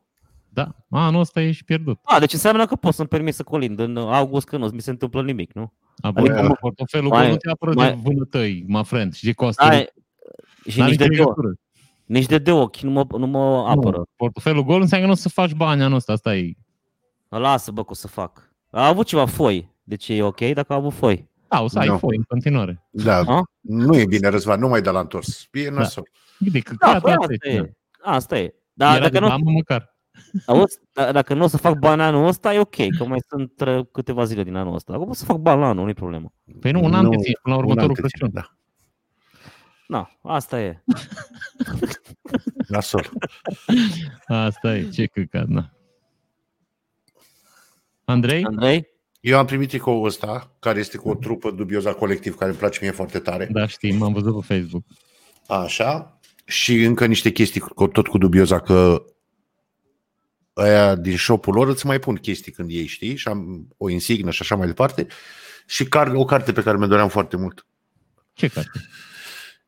Da. Anul ăsta ești pierdut.
A, deci înseamnă că pot să-mi permit să colind în uh, august, că nu mi se întâmplă nimic, nu?
Adică
Adică-
mă, portofelul
Mai-
mai, nu te apără
mai-
de vânătăi, ma friend, și de costă.
Da, e- și
N-are
nici de,
nicio
de ochi,
legătură.
nici de de ochi nu mă, nu mă apără.
Nu, Portofelul gol înseamnă că nu o să faci bani anul ăsta, asta e.
Lasă, bă, că o să fac. A avut ceva foi. Deci e ok dacă a avut foi.
Da, o să
Nu.
ai foi în continuare.
Da,
A?
nu e bine, Răzvan, nu mai da la întors. E nasol.
Uite, că
Da,
gata,
păi
asta
asta
e.
e. Asta e.
Da,
Dar
Era
dacă
de
nu,
mamă măcar.
Auzi, da- dacă nu o să fac bani anul ăsta, e ok, că mai sunt uh, câteva zile din anul ăsta. Acum o să fac bani la anul, nu-i problemă.
Păi nu, un an te ții, până la
un an
următorul
te ține,
Crăciun.
Da,
Na, asta e.
nasol.
Asta e, ce căcat, na. Andrei?
Andrei?
Eu am primit tricoul ăsta, care este cu o trupă dubioza colectiv, care îmi place mie foarte tare.
Da, știi, m-am văzut pe Facebook.
Așa. Și încă niște chestii cu- tot cu dubioza că aia din shop-ul lor îți mai pun chestii când ei știi și am o insignă și așa mai departe. Și car- o carte pe care mi-o doream foarte mult.
Ce carte?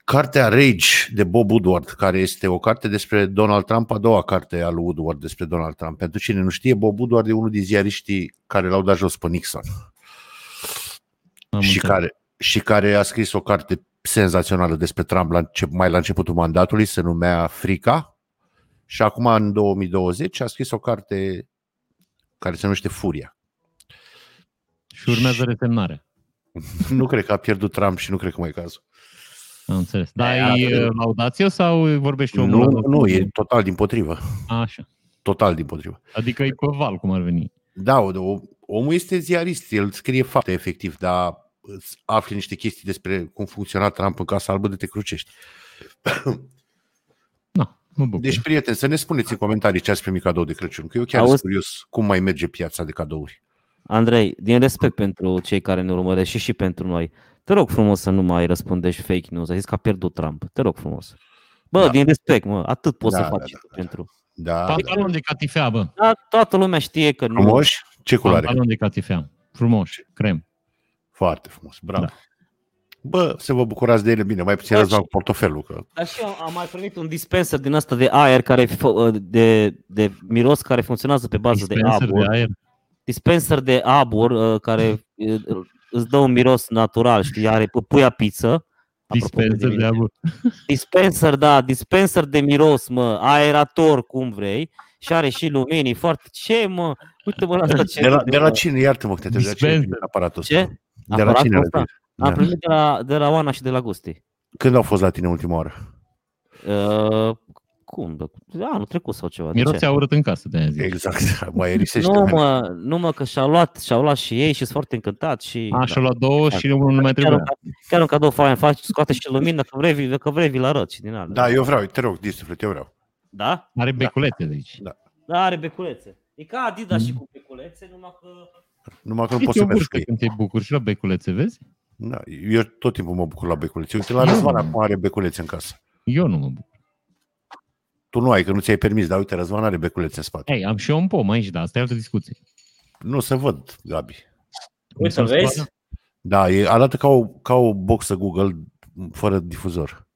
Cartea Rage de Bob Woodward, care este o carte despre Donald Trump, a doua carte a lui Woodward despre Donald Trump. Pentru cine nu știe, Bob Woodward e unul din ziariștii care l-au dat jos pe Nixon
Am
și
înțeles.
care, și care a scris o carte senzațională despre Trump la înce- mai la începutul mandatului, se numea Frica și acum în 2020 a scris o carte care se numește Furia.
Și urmează resemnarea.
Nu cred că a pierdut Trump și nu cred că mai e cazul.
Am înțeles. Dar
Da,
e
da.
uh, laudație sau vorbești omul?
Nu,
la laudație?
nu, e total din potrivă.
Așa.
Total din potrivă.
Adică e pe val, cum ar veni.
Da, o- o- omul este ziarist, el scrie fapte efectiv, dar îți afli niște chestii despre cum funcționa Trump în Casa Albă de te crucești.
Na, mă bucur.
Deci, prieteni, să ne spuneți în comentarii ce ați primit cadou de Crăciun, că eu chiar sunt
Auzi?
curios cum mai merge piața de cadouri.
Andrei, din respect pentru cei care ne urmăresc și și pentru noi, te rog frumos să nu mai răspundești fake news. Ai zis că a pierdut Trump. Te rog frumos. Bă,
Da.
din respect, mă, atât poți
Da,
să
da,
faci
da,
tu
da.
pentru.
Da, da.
Pantalon de catifea, bă.
Da, toată lumea știe că nu.
Frumos? Ce culoare?
Pantalon de catifea. Frumos. Crem.
Foarte frumos, bravo.
Da.
Da. Bă, să vă bucurați de ele bine, mai puțin
Da,
răzvan
și-
cu portofelul, că
Dar și eu am mai primit un dispenser din asta de aer care fo- ă, de, de miros care funcționează pe bază de
Dispenser
abur.
de aer.
dispenser de abur uh, care uh, îți dă un miros natural, știi, are puia pizza. Apropo
Dispenser de
mine.
abur.
Dispenser, da, dispenser de miros, mă, aerator, cum vrei, și are și luminii, foarte, ce mă, uite mă la asta ce...
De la, de la cine? Iartă-mă că te de la cine ai
Dispenser.
primit aparatul ăsta?
Ce?
De la
Aparatul
cine?
ăsta?
Da.
Am primit de la, de la Oana și de la Gusti.
Când au fost la tine ultima oară?
Uh, cum? bă? Anul trecut sau ceva. de ce?
Miroase a urât în casă, de aia zic.
Exact, mai erisește.
Nu
mai-
mă, nu mă, că și-au luat, și-au luat și ei și sunt foarte încântat și...
A, și-a luat două și unul nu
Chiar un,
mai trebuie.
cadou, chiar un cadou fain, faci, scoate și lumină, că vrei, vi- că vrei, vi la arăt și din alea.
Da, eu vreau, te rog, din suflet, eu vreau.
Da?
Are beculete, zici.
Da, are beculețe. E ca Adidas și cu beculețe, numai că...
Numai că nu
Și
pot
te
să merg.
bucuri când te bucuri și la beculețe, vezi?
Da, eu tot timpul mă bucur la beculețe. Uite, la Răzvan acum are beculețe în casă.
Eu nu mă bucur.
Tu nu ai, că nu ți-ai permis, dar uite, Răzvan are beculețe în spate.
Ei, am și eu un pom aici, dar asta e altă discuție.
Nu se văd, Gabi.
Mi
Uite,
s-au
vezi?
spart-
Da, e, arată ca o, ca o boxă Google fără difuzor.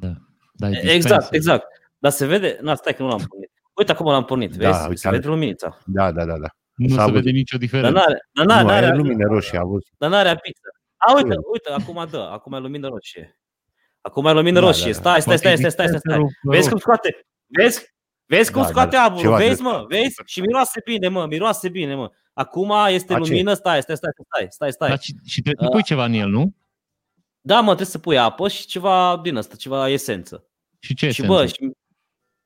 Da. da e
Exact,
dispenser.
exact. Dar se vede... Na, stai că nu l-am pornit. Uite acum l-am pornit,
Da,
vezi?
uite,
se vede
are-
luminița.
Da, da, da, da.
Nu
S-a
se vede
văzut.
nicio
Dar
diferență.
n-are, dar
Da,
n-are,
nu,
n-are,
are
dar
lumine roșie, a văzut.
n-are apiță. A, uite, uite, acum dă, acum e lumină roșie. Acum e lumină
Da,
roșie.
da, da.
Stai, stai, stai, stai, stai, stai, stai. Vezi cum scoate? Vezi? Vezi cum
Da,
da, scoate
da, da.
aburul?
Ceva
Vezi,
de-
mă? Vezi? Și miroase bine, mă. Miroase bine, mă. Acum este
A, ce?
lumină. Stai, stai, stai, stai, stai, stai.
Dar și, și trebuie, pui ceva în el, nu?
Da, mă, trebuie să pui apă și ceva din asta, ceva esență.
Și ce
și
esență?
bă, și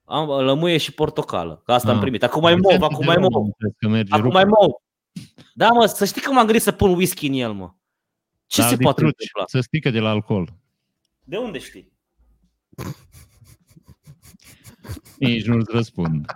am lămâie și portocală, că asta
Ah.
am primit. Acum mai mov,
Esență
acum
de
mai
rom,
mov,
am înțeles Că merge
acum
rupt.
mai mov. Da, mă, să știi că m-am gândit să pun whisky în el, mă. Ce
Dar
se poate
distrugi,
întâmpla?
Să strică de la alcool.
De unde știi?
Nici nu-ți răspund.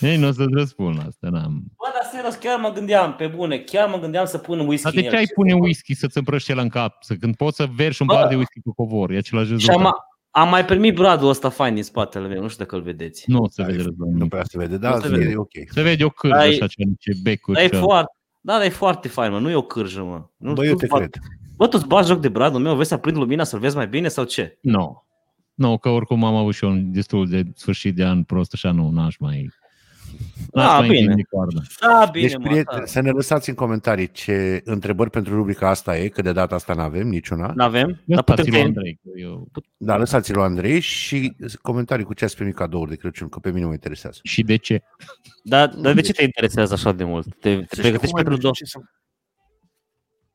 Ei, nu o să-ți răspund la asta, da. n-am.
Bă, dar serios, chiar mă gândeam, pe bune, chiar mă gândeam să pun whisky
Dar
în
de
el.
ce ai pune whisky să-ți împrăști el în cap? Să, când poți să verși un
Bă.
bar de whisky cu covor, e același
Și
rezultat.
am, am mai primit bradul ăsta fain din spatele meu, nu știu dacă îl vedeți.
Nu se
Da,
vede
e-
războiul.
Nu prea se vede,
Nu
dar
se
e
vede.
ok.
Se vede o cârjă
Ai-
așa, ce ce becuri.
Dar e
ce-
foarte, da, dar e foarte fain, mă, nu e o cârjă, mă. Nu,
Bă, eu
tu
te
fac-
cred.
Bă, tu-ți bagi joc de bradul meu, vezi să aprind lumina să-l vezi mai bine sau ce?
Nu. No. Nu, că oricum am avut și eu un destul de sfârșit de an prost, așa nu, n-aș mai... N-aș
Da,
mai
bine.
întinde coarda.
Da, bine,
deci,
mă.
prieteni,
da.
să ne lăsați în comentarii ce întrebări pentru rubrica asta e, că de data asta nu avem niciuna. Da,
N-avem?
Eu
Dar putem
stați-l,
că...
Andrei, că eu...
da lăsați-l lui Andrei și comentarii cu ce ați primit cadouri de Crăciun, că pe mine mă interesează.
Și de ce?
Dar, dar de ce te interesează așa de mult? Te, te
Să
pregătești
știu cum
pentru,
ai
do-
merge, ce să-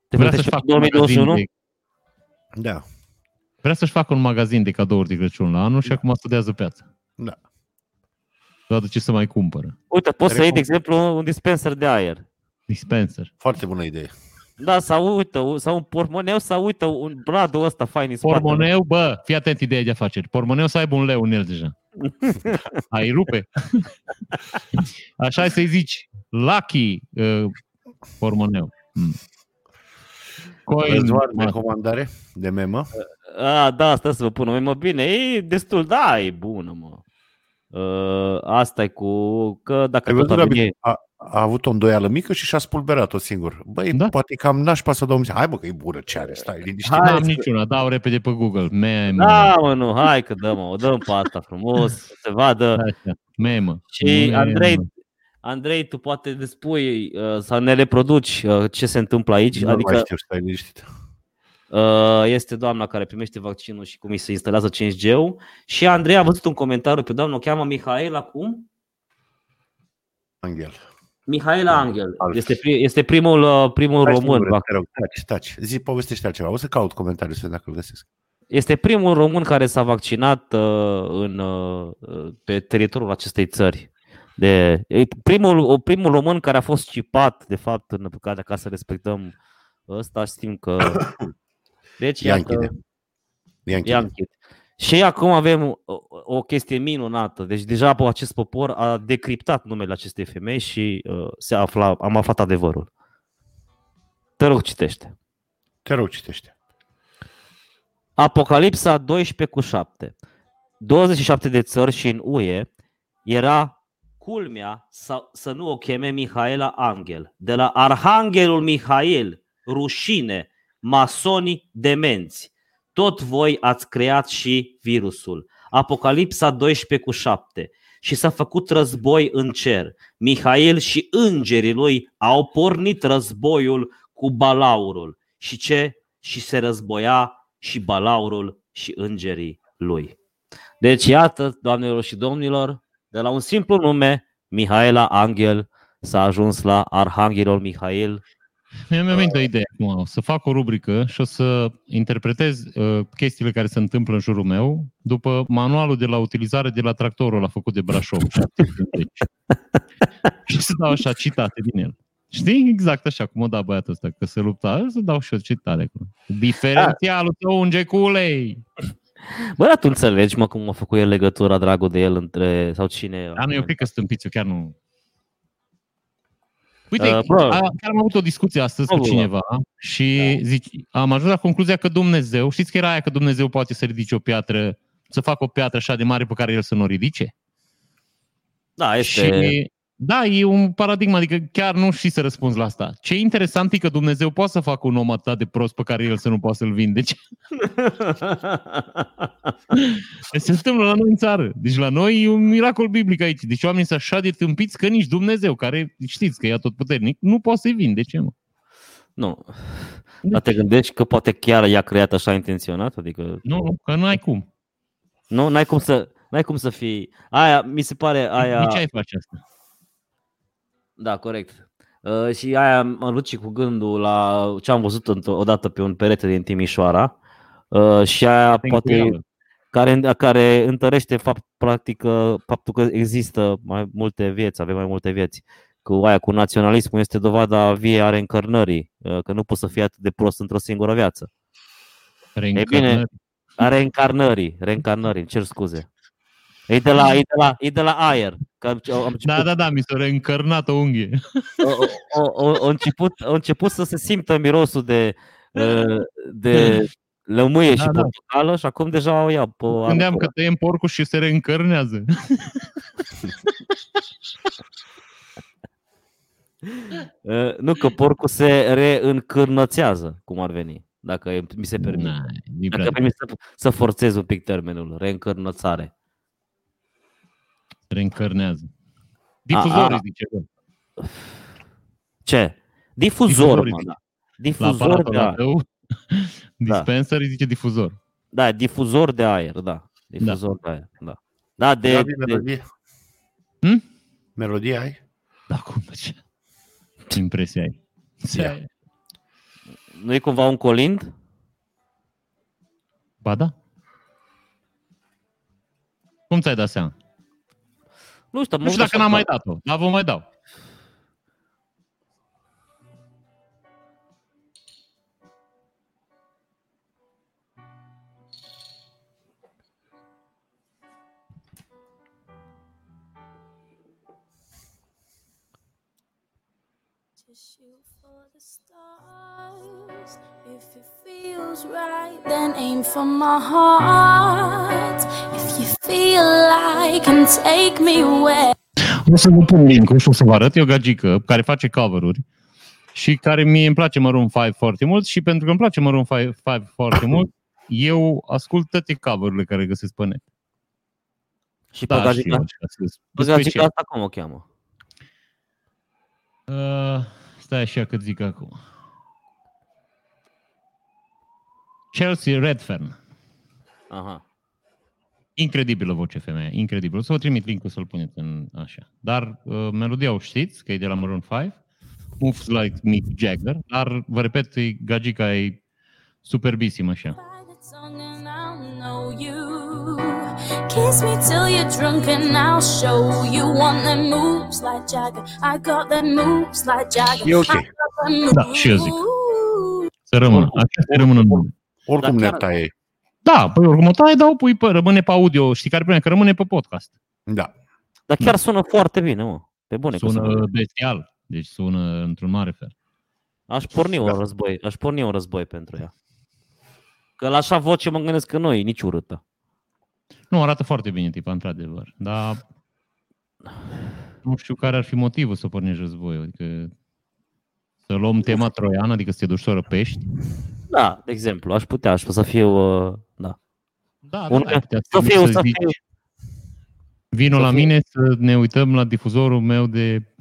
te
Vrea
pregătești
să-și fac
pentru
un magazin
2021?
de,
Da,
vrea să-și facă un magazin de cadouri de Crăciun la anul
Da.
și acum studiază piața.
Da.
Toată ce să mai cumpără.
Uite, poți să iei, de
Recomand.
exemplu, un dispenser de aer.
Dispenser.
foarte bună idee.
Da, sau uite, u- sau un portmoneu, sau uite, un bradul ăsta fain din spate.
Pormoneu, bă, fii atent ideea de afaceri. Pormoneu să aibă un leu în el deja. Ai rupe. Așa să-i zici. Lucky uh, pormoneu. Mm. Coin.
Răzvan,
ma-
recomandare de memă.
A, da, asta să vă pun o memă. Bine, e destul, da, e bună, mă. Uh, asta e cu că dacă
Ai
tot
văzut,
avem
Gabi,
ei-
a, a avut o îndoială mică și și-a spulberat-o singur. Băi,
Da.
da. poate cam nașpa să dau mi se- Hai bă că e bună ce are, stai liniștit.
Hai,
N-am
să-
niciuna, dau repede pe Google. Memă.
Da, mă, nu, hai că dăm, o dăm pe asta frumos, să se
Da.
vadă.
Așa. Memă.
Și
Memă.
Andrei, Andrei, tu poate despui uh, sau ne reproduci uh, ce se întâmplă aici,
Nu mai
adică
știu, stai liniștit.
Uh, este doamna care primește vaccinul și cum îi se instalează 5G-ul. Și Andrei a văzut un comentariu pe doamna, o cheamă Mihail acum?
Angel.
Mihaela Angel.
Alt.
Este, pri- este primul, uh, primul
Stai
român.
singură,
va-
te rog, taci, taci. Zi, povestește altceva. O să caut comentariul să văd dacă îl găsesc.
Este primul român care s-a vaccinat uh, în, uh, uh, pe teritoriul acestei țări. De, e primul, o- primul român care a fost cipat, de fapt, în păcate, ca să respectăm ăsta, știm că... Deci,
Ia
iată,
închide. Ia
Ia
închide.
închid. Și acum avem o- o chestie minunată. Deci deja po- acest popor a decriptat numele acestei femei și uh, se afla, am aflat adevărul. Te rog, citește.
Te rog, citește.
Apocalipsa 12 cu 7. 27 de țări și în UE era culmea să, să nu o cheme Mihaela Angel. De la Arhanghelul Mihail, rușine, masonii demenți. Tot voi ați creat și virusul. Apocalipsa 12 cu 7. Și s-a făcut război în cer. Mihail și îngerii lui au pornit războiul cu balaurul. Și ce? Și se războia și balaurul și îngerii lui. Deci iată, doamnelor și domnilor, de la un simplu nume, Mihaela Angel, s-a ajuns la Arhanghelul Mihail,
Mi-am venit o idee acum. O să fac o rubrică și o să interpretez uh, chestiile care se întâmplă în jurul meu după manualul de la utilizare de la tractorul la făcut de Brașov. 750. și să dau așa citate din el. Știi? Exact așa cum o da băiatul ăsta, că se lupta. Să dau și o citare acum. Diferențialul tău, ungeculei!
Bă, dar tu înțelegi, mă, cum a făcut el legătura, dragul de el, între... sau cine...
Dar nu, eu cred că stâmpiți, eu chiar nu... Uite,
Uh,
uh,
bă.
chiar am avut o discuție astăzi
Bă,
cu
bă.
cineva și
Da.
zici, am ajuns la concluzia că Dumnezeu, știți că era aia că Dumnezeu poate să ridice o piatră, să facă o piatră așa de mare pe care el să nu o ridice?
Da, este... Și...
Și da, e un paradigma, adică chiar nu știi să răspunzi la asta. Ce interesant e că Dumnezeu poate să facă un om atât de prost pe care el să nu poată să-l vindece. Păi Se întâmplă la noi în țară. Deci la noi e un miracol biblic aici. Deci oamenii sunt așa de tâmpiți că nici Dumnezeu, care știți că e tot puternic, nu poate să-i vindece, mă.
nu. Dar te gândești că poate chiar i-a creat așa intenționat? Adică...
Nu, nu, că nu ai cum.
Nu, n-ai cum să... N-ai cum să fii... Aia, mi se pare, aia...
Nici ai face asta.
Da, corect. Uh, și aia mă duc și cu gândul la ce am văzut într- odată pe un perete din Timișoara uh, și aia
Te
poate
încuială.
care, care întărește fapt, practic uh, faptul că există mai multe vieți, avem mai multe vieți. Cu aia, cu naționalismul este dovada vie a reîncarnării, uh, că nu poți să fii atât de prost într-o singură viață.
Reîncarnare.
bine. A reîncarnării, reîncarnării, îmi cer scuze. E de la, e de la, e de la aer. Că am, am început
Da, da, da, mi s-a reîncarnat o unghie.
o, o, o, o început, o început să se simtă mirosul de, uh, de lămâie
Da,
și
da.
portocală și acum deja o iau pe
Gândeam că
aruncă.
tăiem porcul și se reîncărnează.
Uh, Nu, că porcul se reîncârnățează, cum ar veni, dacă mi se permite.
Na, nu
Dacă
prea.
permis să, să forțez un pic termenul, reîncărnățare.
Reîncarnează. Difuzor,
A, a.
zice. bă.
Ce? Difuzor,
Difuzor,
mă,
zic.
da.
La
Difuzor
aparatul
de
ăla
aer.
tău. Dispenser îi zice difuzor.
Da, difuzor de aer, da. Difuzor de aer, da. Da, de,
Gabi,
de, Hmm?
melodie?
Hm?
Melodie ai?
Da, cum ce? Ce impresie ai?
Ia.
nu e cumva un colind?
Ba da. Cum ți-ai dat seama?
Nu știu, am
Nu știu
avut
dacă
așa
n-am mai
doar-
dat-o, dar vă mai dau.
Just shoot for the stars. If it feels right, then aim for my heart. If you feel like and take me away.
O să vă pun link și o să vă arăt. E o gagică care face cover-uri și care mie îmi place Maroon 5 foarte mult și pentru că îmi place Maroon 5, 5 foarte mult, eu ascult toate cover-urile care găsesc pe net.
Și pe
Da, și
gagica,
eu așa sunt
gagica
special.
asta cum o cheamă?
Uh, stai așa cât zic acum. Chelsea Redfern.
Aha.
Incredibilă voce femeie, incredibil. O să vă trimit link să-l puneți în așa. Dar uh, melodia o știți, că e de la Maroon 5, Moves Like Mick Jagger, dar, vă repet, e, gagica e superbisim așa.
Bite the tongue and I'll know you. Kiss me till you're drunk and I'll show you one that moves like Jagger. I got that moves like Jagger.
E ok.
I got that moves.
Da, și eu zic. Să rămână, așa să rămână în nume.
Oricum
Dar
ne
chiar-
taie.
Da, păi oricum o taie, dar o pui pe, rămâne pe audio. Știi care e problema? Că rămâne pe podcast.
Da.
Dar chiar sună foarte bine, mă. Pe bune. că
Sună bestial. Deci sună într-un mare fel.
Aș porni
Da.
un război, aș porni un război pentru ea. Că la așa voce mă gândesc că nu e nici urâtă.
Nu, arată foarte bine tipa, într-adevăr. Dar nu știu care ar fi motivul să pornești războiul. Adică să luăm tema troiană, adică să te duci să o răpești.
Da, de exemplu, aș putea, aș putea să fiu, uh, da.
Da,
Un-
da, ai putea
Să fiu, să
zici,
fiu,
vino
să
la
fiu-
mine să ne uităm la difuzorul meu de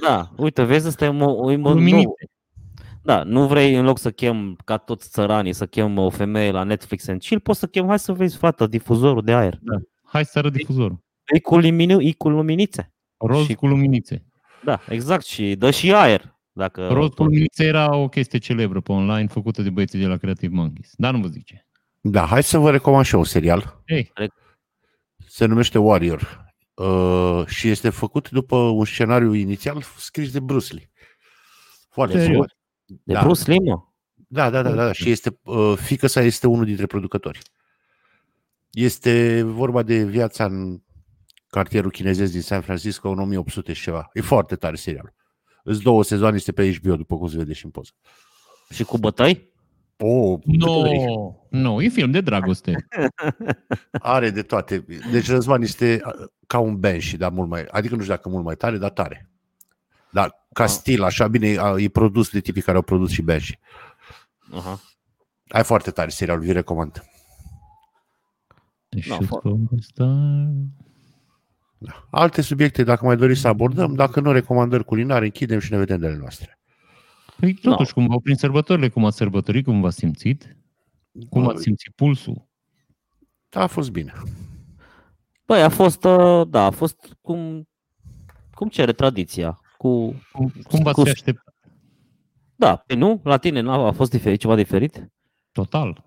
da, uite, vezi, ăsta e mo, o, mo,
luminite.
nu, da, nu vrei în loc să chem ca toți țăranii, să chem o femeie la Netflix and chill, poți să chem, hai să vezi, fată, difuzorul de aer.
Da. Hai să arăt difuzorul.
E cu, lumini, e cu luminițe.
Roz
Și-
cu luminițe.
Da, exact, și dă și aer. Dacă
Roz cu luminițe era o chestie celebră pe online făcută de băieții de la Creative Monkeys. Dar nu vă zice.
Da, hai să vă recomand și eu un serial.
Ei.
Se numește Warrior. Uh, și este făcut după un scenariu inițial scris de Bruce Lee. Foarte
Serios?
frumos.
de
da.
Bruce Lee, mă.
Da, da, da, da. da. Și este, uh, fică sa este unul dintre producători. Este vorba de viața în cartierul chinezesc din San Francisco în 1800 și ceva. E foarte tare serialul. Îs două sezoane, este pe HBO, după cum se vede și în poză.
Și cu bătăi?
Oh,
No, no, e film de dragoste.
Are de toate. Deci Răzvan este uh, ca un Banshee, dar mult mai... Adică nu știu dacă mult mai tare, dar tare. Dar ca stil, așa bine, a, e produs de tipii care au produs și Banshee.
Aha.
Ai foarte tare serialul, vi recomand.
Da,
Shoot
fo-
from the star.
Alte subiecte, dacă mai doriți să abordăm, dacă nu, recomandări culinare, închidem și ne vedem de ale noastre.
Păi totuși, cumva, prin sărbătorile, cum ați sărbătorit, cum v-ați simțit, cum ați simțit pulsul.
Da, a fost bine.
Băi, a fost, uh, da, a fost cum, cum cere tradiția. Cu,
Cum, cum v-ați
Cu-
așteptat?
da, pe nu, la tine n-a a fost diferit, ceva diferit?
Total.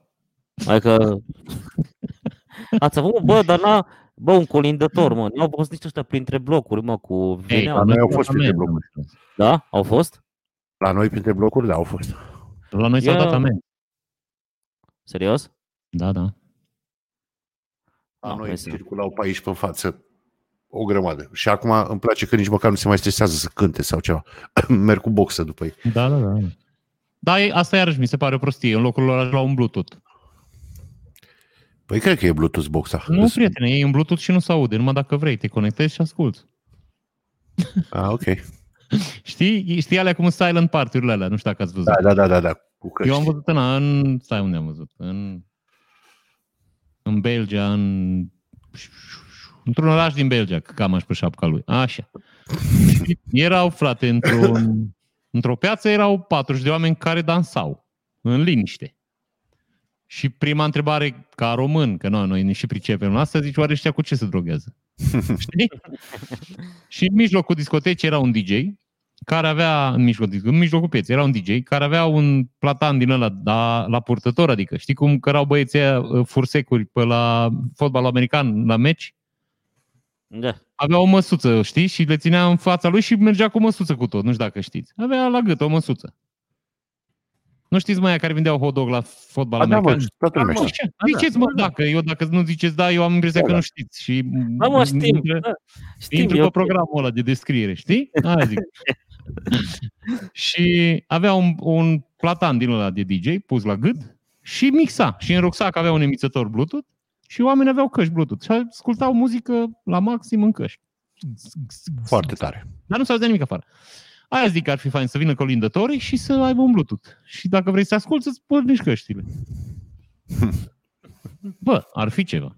Adică ați avut, bă, dar n-a, bă, un colindător, mă, n-au fost nici ăștia printre blocuri, mă, cu
la
veneau,
noi au
la
fost printre
amenzi,
blocuri.
am înțeles.
da, au fost?
La noi, printre blocuri, da, au fost.
Ah, La noi s-au
Eu-
dat amen.
Serios?
Da, da.
La
Da,
noi
hai să-
circulau pe aici, pe față, o grămadă. Și acum îmi place că nici măcar nu se mai stresează să cânte sau ceva. Merg cu boxă după ei.
Da, da, da. Da, e- asta iarăși mi se pare o prostie. În locul lor aș lua un Bluetooth.
Păi cred că e Bluetooth boxa.
Nu, prietene, e un Bluetooth și nu se aude. Numai dacă vrei, te conectezi și asculti.
Ah, ok.
Știi? Știi alea cum sunt silent party-urile alea? Nu știu dacă ați văzut.
Da, da, da, da, da. Cu căști.
Eu am văzut în, în stai unde am văzut, în, în Belgia, în, într-un oraș din Belgia, că cam aș pe șapca lui, așa. Erau, frate, într-un, într-o piață erau 40 de oameni care dansau, în liniște. Și prima întrebare, ca român, că noi, noi ne și pricepem la asta, zici, oare ăștia cu ce se drogează? Știi? și în mijlocul discotecii era un DJ, care avea în mijlocul, în mijlocul pieței, era un DJ care avea un platan din ăla da, la purtător, adică știi cum cărau băieții aia, uh, fursecuri pe la fotbal american la meci?
Da.
Avea o măsuță, știi, și le ținea în fața lui și mergea cu măsuță cu tot, nu știu dacă știți. Avea la gât o măsuță. Nu știți mai aia care vindeau hot dog la fotbal
Ba da, mă,
american?
toată lumea
Da,
știe.
Așa, Ziceți, mă, dacă, eu dacă nu ziceți da, eu am impresia
Da,
că
da.
nu știți. Și
Da, mă, știm,
intră-
da, știm,
Intru
e
pe
ok.
programul ăla de descriere, știi? Aia zic. și avea un, un platan din ăla de DJ pus la gât și mixa. Și în rucsac avea un emițător Bluetooth și oamenii aveau căști Bluetooth și ascultau muzică la maxim în căști.
Foarte tare.
Dar nu s-a nimic afară. Aia zic că ar fi fain să vină colindătorii și să aibă un Bluetooth. Și dacă vrei să asculti, să-ți pornești căștile. Bă, ar fi ceva.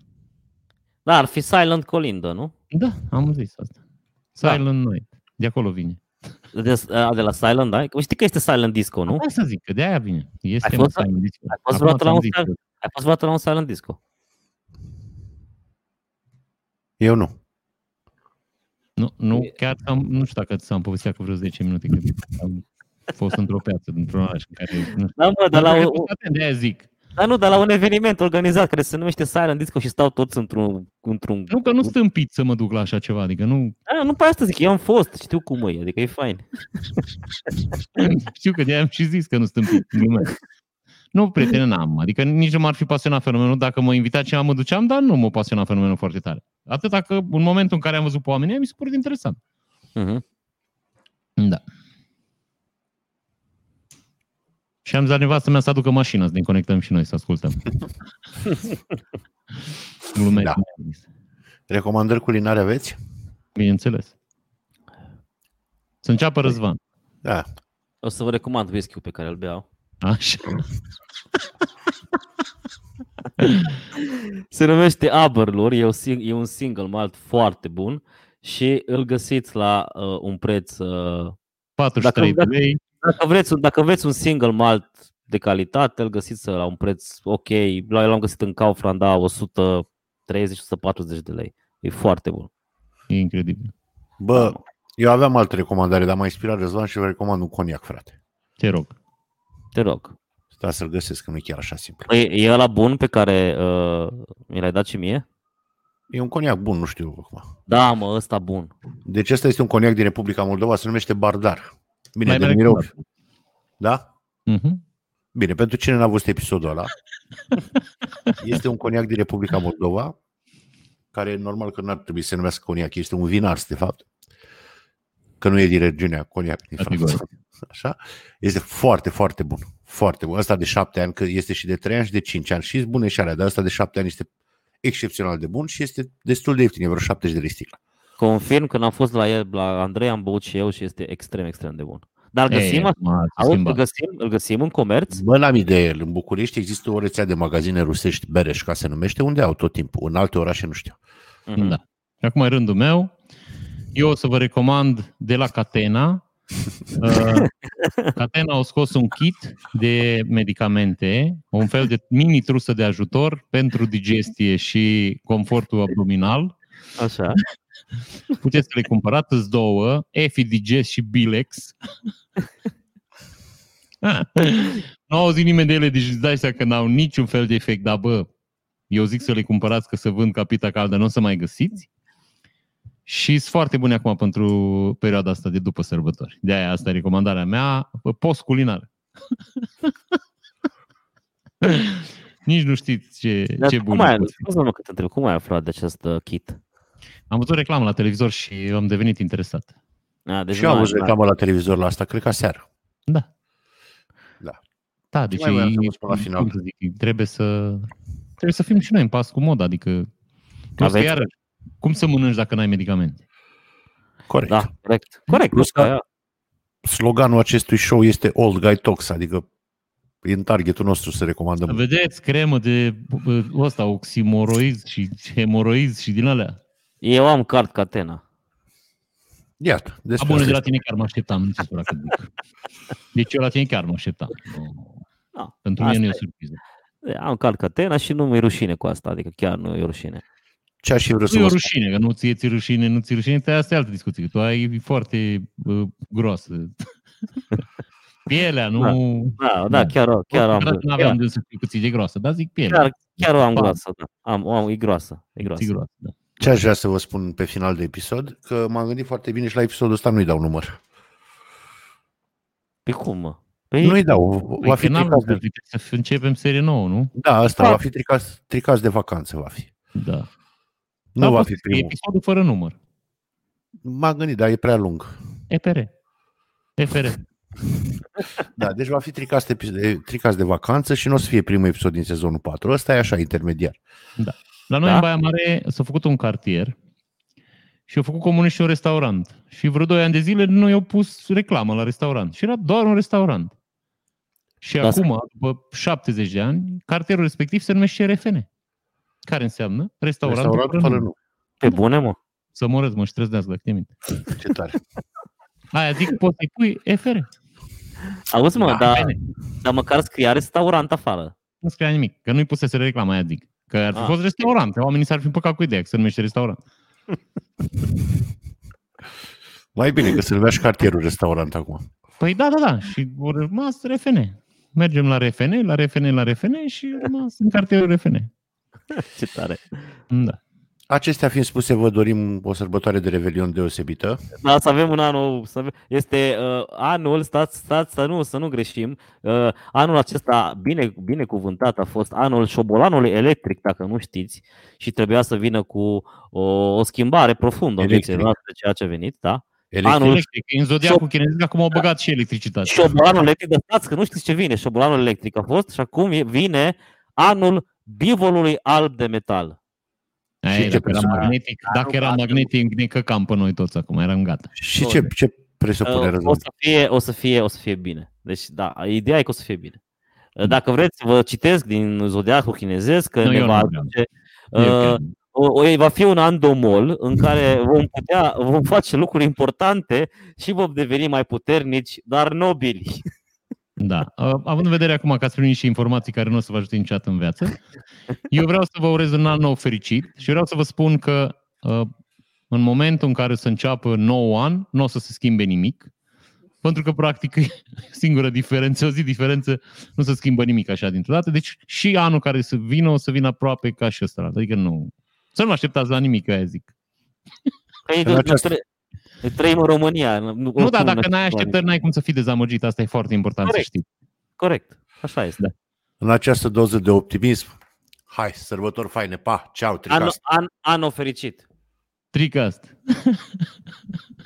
Da, ar fi Silent Colindă, nu?
Da, am zis asta. Silent da. Night. De acolo vine.
De, a, de la Silent, da? Știi că este Silent Disco, nu?
Nu? Asta zic, că de aia vine. Este
Ai fost-
un Silent Disco.
ai fost
Acum
vreodată la
ți-am
un
zis
Silent-
că-
Ai fost vreodată la un Silent Disco?
Eu nu.
Nu, nu chiar am, nu știu dacă ți-am povestit că vreo 10 minute că am fost într-o piață, într-un oraș în care... Nu știu.
Da, mă, dar la,
Dacă
o,
fost atent, de-aia zic.
da, nu, dar la un eveniment organizat care se numește Silent Disco și stau toți într-un... într-un...
Nu că nu sunt împit să mă duc la așa ceva, adică nu...
Da, nu pe asta zic, eu am fost, știu cum e, adică e fain.
Știu că de-aia am și zis că nu sunt împit. glumesc. Nu, prietene, n-am. Adică nici nu m-ar fi pasionat fenomenul. Dacă mă invita cineva, mă duceam, dar nu mă pasiona fenomenul foarte tare. Atâta că în momentul în care am văzut pe oameni, mi s-a părut interesant.
Uh-huh.
Da. Și am zis la nevastă mea să aducă mașina, să ne conectăm și noi, să ascultăm. Glumesc. Da.
Da. Recomandări culinare aveți?
Bineînțeles. Să înceapă Răzvan.
Da.
O să vă recomand whisky pe care îl beau.
Așa.
Se numește Aberlur, e, o sing- e un single malt foarte bun și îl găsiți la uh, un preț... Uh,
43 de
Dacă-
lei.
dacă, vreți, un- dacă vreți un single malt de calitate, îl găsiți uh, la un preț ok. L- L-am găsit în Kaufland, da, 130-140 de lei. E foarte bun.
E incredibil. Da,
Bă, eu aveam altă recomandare, dar m-a inspirat Răzvan și vă recomand un coniac, frate.
Te rog.
Te rog.
Stai să-l găsesc, că nu e chiar așa
Păi-
simplu.
E, Păi, e ăla bun pe care uh, mi l-ai dat și mie?
E un coniac bun, nu știu acum.
Da, mă, ăsta bun.
Deci ăsta este un coniac din Republica Moldova, se numește Bardar. Bine,
Mai
de
bine
mirou. Da?
Mhm.
Bine, pentru cine n-a văzut episodul ăla, este un coniac din Republica Moldova, care normal că n-ar trebui să se numească coniac, este un vin ars, de fapt, că nu e din regiunea coniac din Franța.
Categoric.
Așa? Este foarte, foarte bun. Foarte bun. Asta de șapte ani, că este și de trei ani și de cinci ani. Și sunt bune și alea, dar asta de șapte ani este excepțional de bun și este destul de ieftin, e vreo 70 de lei sticla.
Confirm că n-am fost la el, la Andrei am băut și eu și este extrem, extrem de bun. Dar îl
Ei,
găsim,
acum
Ei,
s-a
auzi, îl
schimbat.
găsim, îl găsim în comerț?
Bă, n-am idee. În București există o rețea de magazine rusești, Bereș, ca se numește, unde au tot timpul. În alte orașe nu știu.
Mhm.
Mm,
Da. Și acum e rândul meu. Eu o să vă recomand de la Catena. Uh, Catena au scos un kit de medicamente, un fel de mini trusă de ajutor pentru digestie și confortul abdominal.
Mm, Așa.
Puteți să le cumpărați, îți două, Efi Digest și Bilex. nu auzi nimeni de ele, deci îți dai seama că n-au niciun fel de efect, dar bă, eu zic să le cumpărați că se vând capita caldă, nu o să mai găsiți. Și sunt foarte bune acum pentru perioada asta de după sărbători. De aia asta e recomandarea mea, bă, post culinar. Nici nu știți ce,
Dar
ce
cum
bun.
ai, scuze mă că te întreb, cum ai aflat de acest uh, kit?
Am văzut reclamă la televizor și am devenit interesat.
A, deci
Deci și
nu
eu am
ai-
văzut
nu ai-
reclamă la televizor la asta, cred că aseară.
Da.
Da.
Da, deci
mai voiam
e-
să vă spun la
cum
final.
să zic, trebuie să trebuie să fim și noi în pas cu moda, adică plus că
Aveți-
iarăși, cum să mănânci dacă n-ai medicamente?
Corect.
Da, corect. Corect.
Plus
nu,
că-
aia-
Sloganul acestui show este Old Guy Talks, adică e în targetul nostru să recomandăm.
Vedeți, cremă de bă, ăsta, oximoroiz și hemoroiz și din alea.
Eu am card catena.
Iată,
A,
despre
bun, de
asta
la
este.
tine chiar mă așteptam, nu știu spune că zic. Deci eu la tine chiar mă așteptam.
Ah,
Da,
Pentru mine
asta
nu e o
e.
surpriză.
Am card catena și nu mi-e rușine cu asta, adică chiar nu e rușine.
Ce aș fi vrut să
Nu e
vă
o
spun.
rușine, că nu ți-e ți rușine, nu ți-e rușine, te asta e altă discuție. Tu ai e foarte bă, groasă. Pielea, nu...
Da, da,
Da.
chiar, chiar am.
Nu aveam de să fiu cât e de groasă, dar zic pielea.
Chiar, chiar o am
Pa,
groasă, da. Am, o am, e groasă, e groasă.
e groasă, da.
Ce aș vrea să vă spun pe final de episod? Că m-am gândit foarte bine și la episodul ăsta nu-i dau număr.
Pe cum, mă? Păi,
Nu-i dau.
Păi
Va
că
fi da.
n-am
tricat
zis,
de...
uite, să începem serie nouă, nu?
Da, asta va fi tricat, tricat de vacanță, va fi.
Da.
Nu
Am
va
fost
fi primul.
Episodul fără număr.
M-am gândit, dar e prea lung.
EPR. EPR.
Da, deci va fi tricați de, epi- tricați de vacanță și nu o să fie primul episod din sezonul 4. Ăsta e așa, intermediar.
La
Da?
noi da? în Baia Mare s-a făcut un cartier și au făcut comunist și un restaurant. Și vreo 2 ani de zile noi au pus reclamă la restaurant. Și era doar un restaurant. Și
Da,
acum, după 70 de ani, cartierul respectiv se numește RFN. Care înseamnă? Restaurant,
Restaurant fără
nume.
nu.
Pe bune, mă?
Să morăți, mă, și trăznească dacă te mint.
Ce tare.
Aia zic, poți să-i pui FR.
Auzi, mă,
Da,
dar,
bine.
dar măcar scria restaurant afară.
Nu scria nimic, că nu-i pusese reclama aia, zic. Că ar fi
Ah.
fost restaurant, oamenii s-ar fi păcat cu ideea că se numește restaurant.
Mai bine că se numea și cartierul restaurant acum.
Păi da, da, da. Și au rămas RFN. Mergem la RFN, la RFN, la RFN și au rămas în cartierul RFN.
Ce tare.
Da.
Acestea fiind spuse, vă dorim o sărbătoare de revelion deosebită.
Da, să avem un anul. Să avem... Este uh, anul, stați, stați să nu, să nu greșim. Uh, anul acesta, bine, binecuvântat, a fost anul șobolanului electric, dacă nu știți, și trebuia să vină cu o, o schimbare profundă în
Electric.
viețile noastre, ceea ce a venit, da?
Electric.
Anul-
Electric, în zodiacul chinezesc acum au băgat și
Da.
electricitate.
Șobolanul electric, dar stați că nu știți ce vine. Șobolanul electric a fost și acum e- vine anul bivolului alb de metal.
Aia,
Și
e,
ce
dacă era
persoană?
magnetic, dacă era magnetic, ne căcam pe noi toți acum, eram gata.
Și ce, ce presupune
Uh, o,
război?
să fie, o, să fie, o să fie bine. Deci, da, ideea e că o să fie bine. Uh, Dacă vreți, vă citesc din zodiacul chinezesc, că
Mm. Nu,
ne
eu
va
nu vreau.
aduce,
Eu
uh,
chiar-
o, o, va fi un an domol în care vom putea, vom face lucruri importante și vom deveni mai puternici, dar nobili.
Da. Uh, Având în vedere acum că ați primit și informații care nu o să vă ajute niciodată în viață, eu vreau să vă urez un an nou fericit și vreau să vă spun că uh, în momentul în care o să înceapă nou an, nu o să se schimbe nimic, pentru că, practic, e singura diferență, o zi diferență, nu se schimbă nimic așa dintr-o dată. Deci și anul care să vină, o să vină aproape ca și ăsta. Adică nu... Să nu așteptați la nimic, aia zic.
Păi,
În
nu-
această-
tre- ne trăim în România. Nu,
Nu, dar
oricum,
dacă n-ai
așa-
așteptări, n-ai cum să fii dezamăgit. Asta e foarte important să
Corect.
știi.
Corect, așa este.
Da.
În această doză de optimism, hai, sărbători faine, pa, ceau,
An,
tricast.
an, anul fericit.
Tricast.